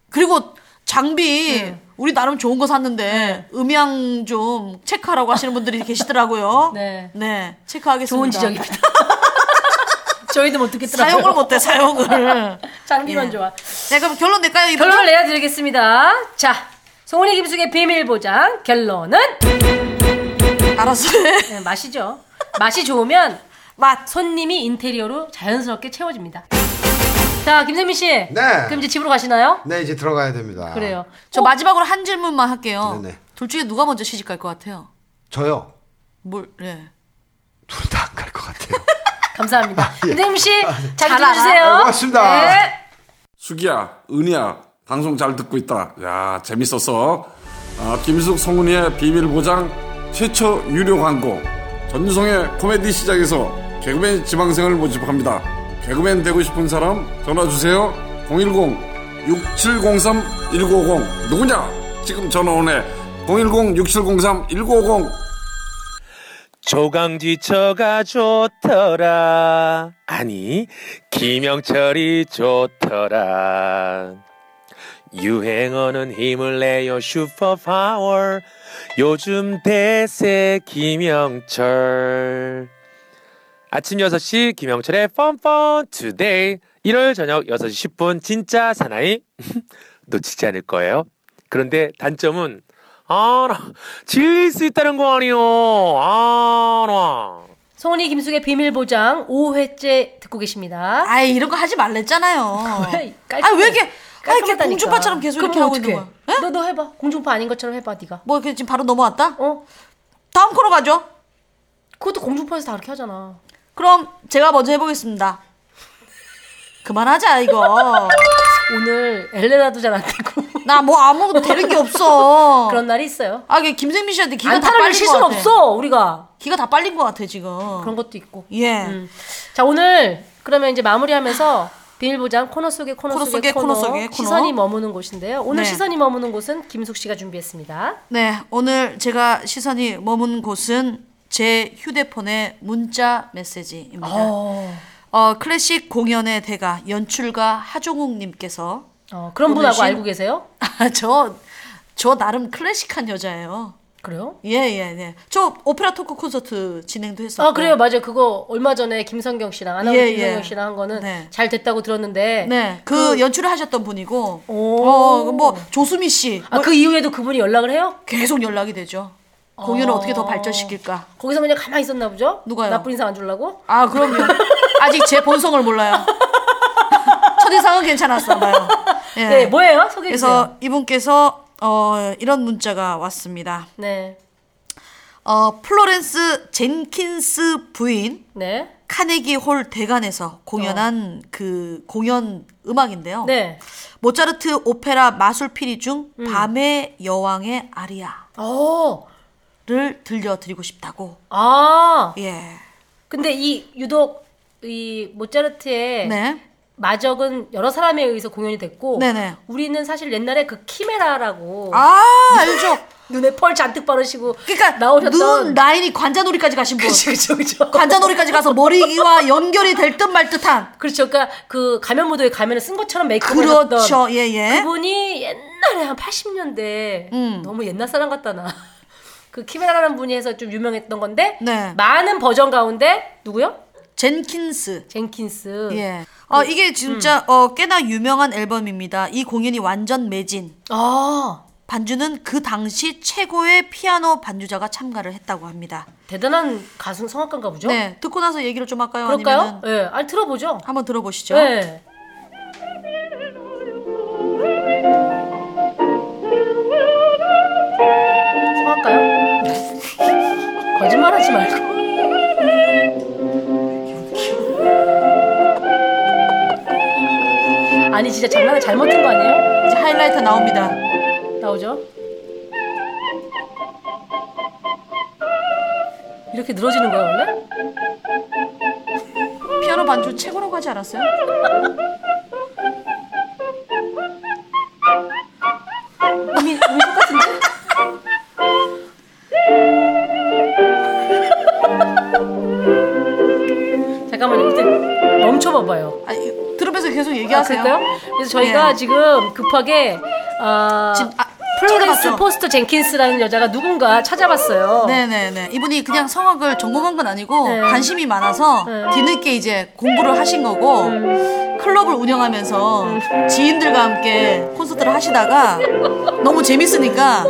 Speaker 3: 그리고 장비
Speaker 2: 음.
Speaker 3: 우리 나름 좋은 거
Speaker 2: 네.
Speaker 3: 샀는데 음향 좀 체크하라고 하시는 분들이
Speaker 2: (laughs)
Speaker 3: 계시더라고요. 네. 체크하겠습니다.
Speaker 2: 좋은 지적입니다. (laughs) 뭐 저희도 못 듣겠더라고요.
Speaker 3: 사용을 못해 사용을.
Speaker 2: (laughs) 장비만
Speaker 3: 예.
Speaker 2: 좋아.
Speaker 3: 네, 그럼 결론 낼까요? 이번
Speaker 2: 결론을
Speaker 3: 주?
Speaker 2: 내야 드리겠습니다. 자, 송은이 김숙의 비밀 보장 결론은
Speaker 3: 알았어. (laughs)
Speaker 2: 네, 맛이죠. 맛이 좋으면 맛 손님이 인테리어로 자연스럽게 채워집니다. 자, 김세민 씨.
Speaker 4: 네.
Speaker 2: 그럼 이제 집으로 가시나요?
Speaker 9: 네, 이제 들어가야 됩니다.
Speaker 2: 그래요.
Speaker 3: 저 마지막으로 한 질문만 할게요.
Speaker 9: 네네.
Speaker 3: 둘 중에 누가 먼저 시집 갈 것 같아요?
Speaker 9: 저요.
Speaker 3: 뭘? 네.
Speaker 4: 아,
Speaker 2: 감사합니다.
Speaker 4: 예.
Speaker 2: 김세민 씨, 잘
Speaker 3: 잘 알아.
Speaker 2: 들어주세요.
Speaker 3: 네,
Speaker 4: 고맙습니다.
Speaker 2: 네.
Speaker 4: 수기야, 은희야, 방송 잘 듣고 있다. 야, 재밌었어. 아, 김숙 송은이의 비밀 보장 최초 유료 광고. 전유성의 코미디 시작에서 개그맨 지망생을 모집합니다. 개그맨 되고 싶은 사람 전화 주세요. 010 6703 150 누구냐? 지금 전화 오네. 010 6703 150
Speaker 13: 조강지처가 좋더라. 아니, 김영철이 좋더라. 유행어는 힘을 내요 슈퍼파워. 요즘 대세 김영철. 아침 6시 김영철의 펀펀 투데이. 일요일 저녁 6시 10분 진짜 사나이 놓치지 않을 거예요. 그런데 단점은 아, 나 질릴 수 있다는 거 아니요. 아, 나.
Speaker 2: 송은이 김숙의 비밀 보장 5회째 듣고 계십니다.
Speaker 3: 아 이런 거 하지 말랬잖아요.
Speaker 2: (laughs) 왜?
Speaker 3: 아, 왜 이렇게- 아, 이렇게 공중파처럼 계속 이렇게 하고 있는
Speaker 2: 너너 해봐. 공중파 아닌 것처럼 해봐, 네가.
Speaker 3: 뭐 이렇게 지금 바로 넘어왔다?
Speaker 2: 어.
Speaker 3: 다음 코너 가죠.
Speaker 2: 그것도 공중파에서 다 그렇게 하잖아.
Speaker 3: 그럼 제가 먼저 해보겠습니다. 그만하자 이거.
Speaker 2: 오늘 엘레나도 잘 안 되고.
Speaker 3: 나 뭐 아무것도 되는 게 없어.
Speaker 2: 그런 날이 (laughs) 있어요.
Speaker 3: 아, 이게 김생민 씨한테 기가 다
Speaker 2: 안타를
Speaker 3: 빨린
Speaker 2: 칠
Speaker 3: 것
Speaker 2: 수는
Speaker 3: 같아.
Speaker 2: 없어, 우리가.
Speaker 3: 기가 다 빨린 것 같아 지금.
Speaker 2: 그런 것도 있고.
Speaker 3: 예.
Speaker 2: 음. 자 오늘 그러면 이제 마무리하면서 비밀보장 코너 속의 코너,
Speaker 3: 코너 속의
Speaker 2: 속의
Speaker 3: 코너 속의 코너.
Speaker 2: 시선이 머무는 곳인데요. 오늘
Speaker 3: 네.
Speaker 2: 시선이 머무는 곳은 김숙 씨가 준비했습니다.
Speaker 3: 네, 오늘 제가 시선이 머문 곳은 제 휴대폰의 문자 메시지입니다.
Speaker 2: 어.
Speaker 3: 어, 클래식 공연의 대가 연출가 하종욱님께서 (laughs)
Speaker 2: 어,
Speaker 3: 아,
Speaker 2: 그런 분하고 알고 계세요?
Speaker 3: 저저 나름 클래식한 여자예요.
Speaker 2: 그래요?
Speaker 3: 예, 예, 예. 저 오페라 토크 콘서트 진행도 했었고.
Speaker 2: 아 그래요 맞아요 그거 얼마 전에 김성경 씨랑 아나운서
Speaker 3: 예, 예.
Speaker 2: 김성경 씨랑 한 거는 잘 됐다고 들었는데
Speaker 3: 네, 그, 연출을 하셨던 분이고,
Speaker 2: 오.
Speaker 3: 어, 뭐 조수미 씨.
Speaker 2: 아, 그 이후에도 그분이 연락을 해요?
Speaker 3: 계속 연락이 되죠.
Speaker 2: 아.
Speaker 3: 공연을 어떻게 더 발전시킬까?
Speaker 2: 거기서 그냥 가만히 있었나 보죠?
Speaker 3: 누가요?
Speaker 2: 나쁜 인상 안 주려고?
Speaker 3: 아, 그럼요. 아직 제 본성을 몰라요. (laughs) 첫인상은 괜찮았었나요? 예.
Speaker 2: 네, 뭐예요? 소개해
Speaker 3: 그래서
Speaker 2: 주세요.
Speaker 3: 이분께서 어, 이런 문자가 왔습니다.
Speaker 2: 네.
Speaker 3: 어, 플로렌스 젠킨스 부인
Speaker 2: 네.
Speaker 3: 카네기 홀 대관에서
Speaker 2: 어.
Speaker 3: 공연한 그 공연 음악인데요.
Speaker 2: 네.
Speaker 3: 모차르트 오페라 마술피리 중
Speaker 2: 음.
Speaker 3: 밤의 여왕의 아리아. 를 들려드리고 싶다고.
Speaker 2: 어, 아.
Speaker 3: 예.
Speaker 2: 근데 이 유독 이 모차르트의
Speaker 3: 네.
Speaker 2: 마적은 여러 사람에 의해서 공연이 됐고
Speaker 3: 네네.
Speaker 2: 우리는 사실 옛날에 그 키메라라고
Speaker 3: 아, 알죠.
Speaker 2: 눈에 펄 잔뜩 바르시고
Speaker 3: 그러니까
Speaker 2: 나오셨던
Speaker 3: 눈 라인이 관자놀이까지 가신 분.
Speaker 2: (laughs) 그쵸, 그쵸, 그쵸.
Speaker 3: 관자놀이까지 가서 머리와 연결이 될 듯 말 듯한.
Speaker 2: 그렇죠. 그러니까 그 가면 무도에 가면을 쓴 것처럼 메이크업을
Speaker 3: 그렇죠.
Speaker 2: 했던
Speaker 3: 예, 예.
Speaker 2: 그분이 옛날에 한 80년대
Speaker 3: 음.
Speaker 2: 너무 옛날 사람 같다 나. (laughs) 그 키메라라는 분이 해서 좀 유명했던 건데
Speaker 3: 네.
Speaker 2: 많은 버전 가운데 누구요?
Speaker 3: 젠킨스.
Speaker 2: 젠킨스.
Speaker 3: 예. 어,
Speaker 2: 그 음.
Speaker 3: 이게 진짜 어, 꽤나 유명한 앨범입니다. 이 공연이 완전 매진.
Speaker 2: 아,
Speaker 3: 반주는 그 당시 최고의 피아노 반주자가 참가를 했다고 합니다.
Speaker 2: 대단한 가수 성악가인가 보죠?
Speaker 3: 네, 듣고 나서 얘기를 좀 할까요?
Speaker 2: 그럴까요?
Speaker 3: 아니면은-
Speaker 2: 예, 아니 들어보죠.
Speaker 3: 한번 들어보시죠.
Speaker 2: 네. 성악가요? (laughs) 거짓말하지 말고. 아니 진짜 장난을 잘못한 거 아니에요?
Speaker 3: 이제 하이라이터 나옵니다.
Speaker 2: 나오죠? 이렇게 늘어지는 거야 원래?
Speaker 3: 피아노 반주 최고라고 하지 않았어요?
Speaker 2: 음이 음이 똑같은데? 잠깐만요. 일단 멈춰봐봐요.
Speaker 3: 아, 들으면서 계속 얘기하세요.
Speaker 2: 아, 그럴까요? 그래서 저희가
Speaker 3: 예.
Speaker 2: 지금 급하게 아, 플로렌스
Speaker 3: 찾아봤죠?
Speaker 2: 포스터 젠킨스라는 여자가 누군가 찾아봤어요.
Speaker 3: (laughs) 네네네. 이분이 그냥 성악을 전공한 건 아니고 관심이 많아서 뒤늦게 이제 공부를 하신 거고 클럽을 운영하면서 지인들과 함께 콘서트를 하시다가 너무 재밌으니까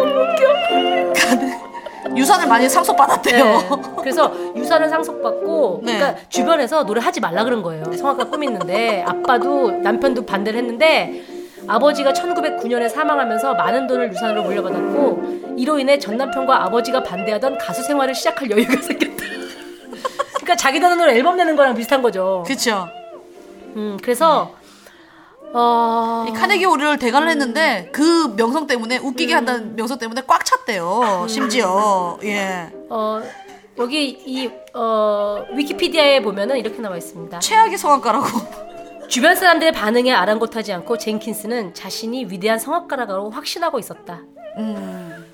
Speaker 3: 유산을 많이 상속받았대요.
Speaker 2: 네. 그래서 유산을 상속받고
Speaker 3: 네.
Speaker 2: 그러니까 주변에서 노래 하지 말라 그런 거예요. 성악가 꿈있는데 아빠도 남편도 반대를 했는데 아버지가 1909년에 사망하면서 많은 돈을 유산으로 물려받았고 이로 인해 전 남편과 아버지가 반대하던 가수 생활을 시작할 여유가 (laughs) 생겼다. 그러니까 자기 돈으로 앨범 내는 거랑 비슷한 거죠.
Speaker 3: (laughs) 그렇죠.
Speaker 2: 음, 그래서 어...
Speaker 3: 이 카네기 오리를 대관을 했는데 그 명성 때문에 웃기게 한다는 명성 때문에 꽉 찼대요. 심지어 예.
Speaker 2: 어, 여기 이 어, 위키피디아에 보면은 이렇게 나와 있습니다.
Speaker 3: 최악의 성악가라고.
Speaker 2: 주변 사람들의 반응에 아랑곳하지 않고 젠킨스는 자신이 위대한 성악가라고 확신하고 있었다.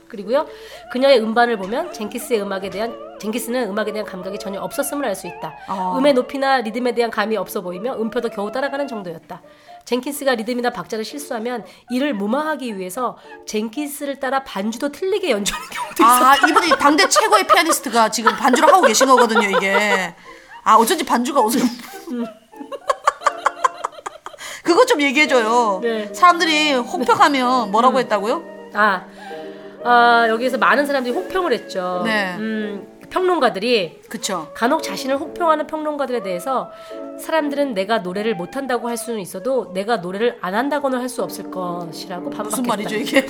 Speaker 2: 그리고요 그녀의 음반을 보면 젠키스의 음악에 대한 젠키스는 음악에 대한 감각이 전혀 없었음을 알 수 있다.
Speaker 12: 어.
Speaker 2: 음의 높이나 리듬에 대한 감이 없어 보이며 음표도 겨우 따라가는 정도였다. 젠킨스가 리듬이나 박자를 실수하면 이를 무마하기 위해서 젠킨스를 따라 반주도 틀리게 연주하는 경우도 있었다.
Speaker 3: 아 이분이 당대 최고의 피아니스트가 지금 반주를 하고 계신 거거든요 이게. 아 어쩐지 반주가 어서. (laughs) 그거 좀 얘기해줘요.
Speaker 2: 네.
Speaker 3: 사람들이 혹평하면
Speaker 2: 음.
Speaker 3: 뭐라고 했다고요?
Speaker 2: 아, 아, 여기에서 많은 사람들이 혹평을 했죠.
Speaker 3: 네.
Speaker 2: 음, 평론가들이
Speaker 3: 그쵸.
Speaker 2: 간혹 자신을 혹평하는 평론가들에 대해서 사람들은 내가 노래를 못한다고 할 수는 있어도 내가 노래를 안 한다고는 할 수 없을 것이라고 반박했다.
Speaker 3: 무슨 말이죠, 이게?
Speaker 2: (laughs)
Speaker 3: (laughs)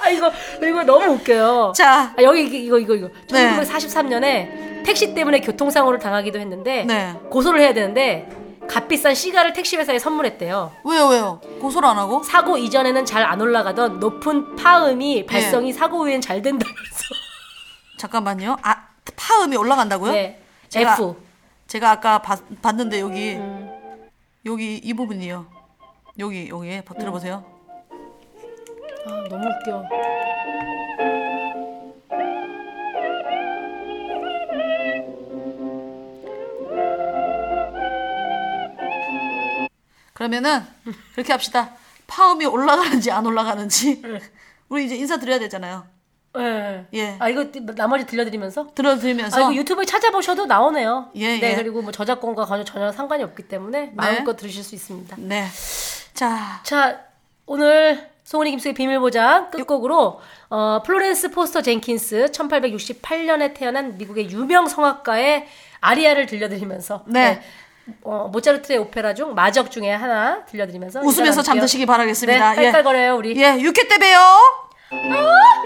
Speaker 2: 아 이거 이거 너무 웃겨요.
Speaker 3: 자,
Speaker 2: 아, 여기 이게- 이거 이거 이거
Speaker 3: 네.
Speaker 2: 1943년에 택시 때문에 교통사고를 당하기도 했는데
Speaker 3: 네.
Speaker 2: 고소를 해야 되는데 값비싼 시가를 택시 회사에 선물했대요.
Speaker 3: 왜요 왜요? 고소를 안 하고?
Speaker 2: 사고 이전에는 잘 안 올라가던 높은
Speaker 3: 네.
Speaker 2: 파음이 발성이 사고 후엔 잘 된다면서.
Speaker 3: 잠깐만요. 아 파음이 올라간다고요?
Speaker 2: 네.
Speaker 3: 제가,
Speaker 2: F.
Speaker 3: 제가 아까 봤, 봤는데 여기
Speaker 2: 음.
Speaker 3: 여기 이 부분이요. 여기 여기에 버- 들어보세요.
Speaker 2: 아, 너무 웃겨.
Speaker 3: 그러면은 그렇게 합시다. 파음이 올라가는지 안 올라가는지
Speaker 2: 네.
Speaker 3: 우리 이제 인사 드려야 되잖아요.
Speaker 2: 예.
Speaker 3: 예.
Speaker 2: 아 이거 나머지 들려드리면서
Speaker 3: 들어드리면서
Speaker 2: 아, 이거 유튜브에 찾아보셔도 나오네요.
Speaker 3: 예,
Speaker 2: 네,
Speaker 3: 예.
Speaker 2: 그리고 뭐 저작권과 전혀, 전혀 상관이 없기 때문에 마음껏 들으실 수 있습니다.
Speaker 3: 네. 자,
Speaker 2: 자, 오늘 송은이 김숙의 비밀보장 끝곡으로 어, 플로렌스 포스터 젠킨스 1868년에 태어난 미국의 유명 성악가의 아리아를 들려드리면서
Speaker 3: 네.
Speaker 2: 어, 모차르트의 오페라 중 마적 중에 하나 들려드리면서
Speaker 3: 웃으면서 예.
Speaker 2: 인사드릴게요.
Speaker 3: 잠드시기 바라겠습니다.
Speaker 2: 네, 깔깔거려요 우리.
Speaker 3: 예, 육회 때 봬요.
Speaker 2: 아, (laughs)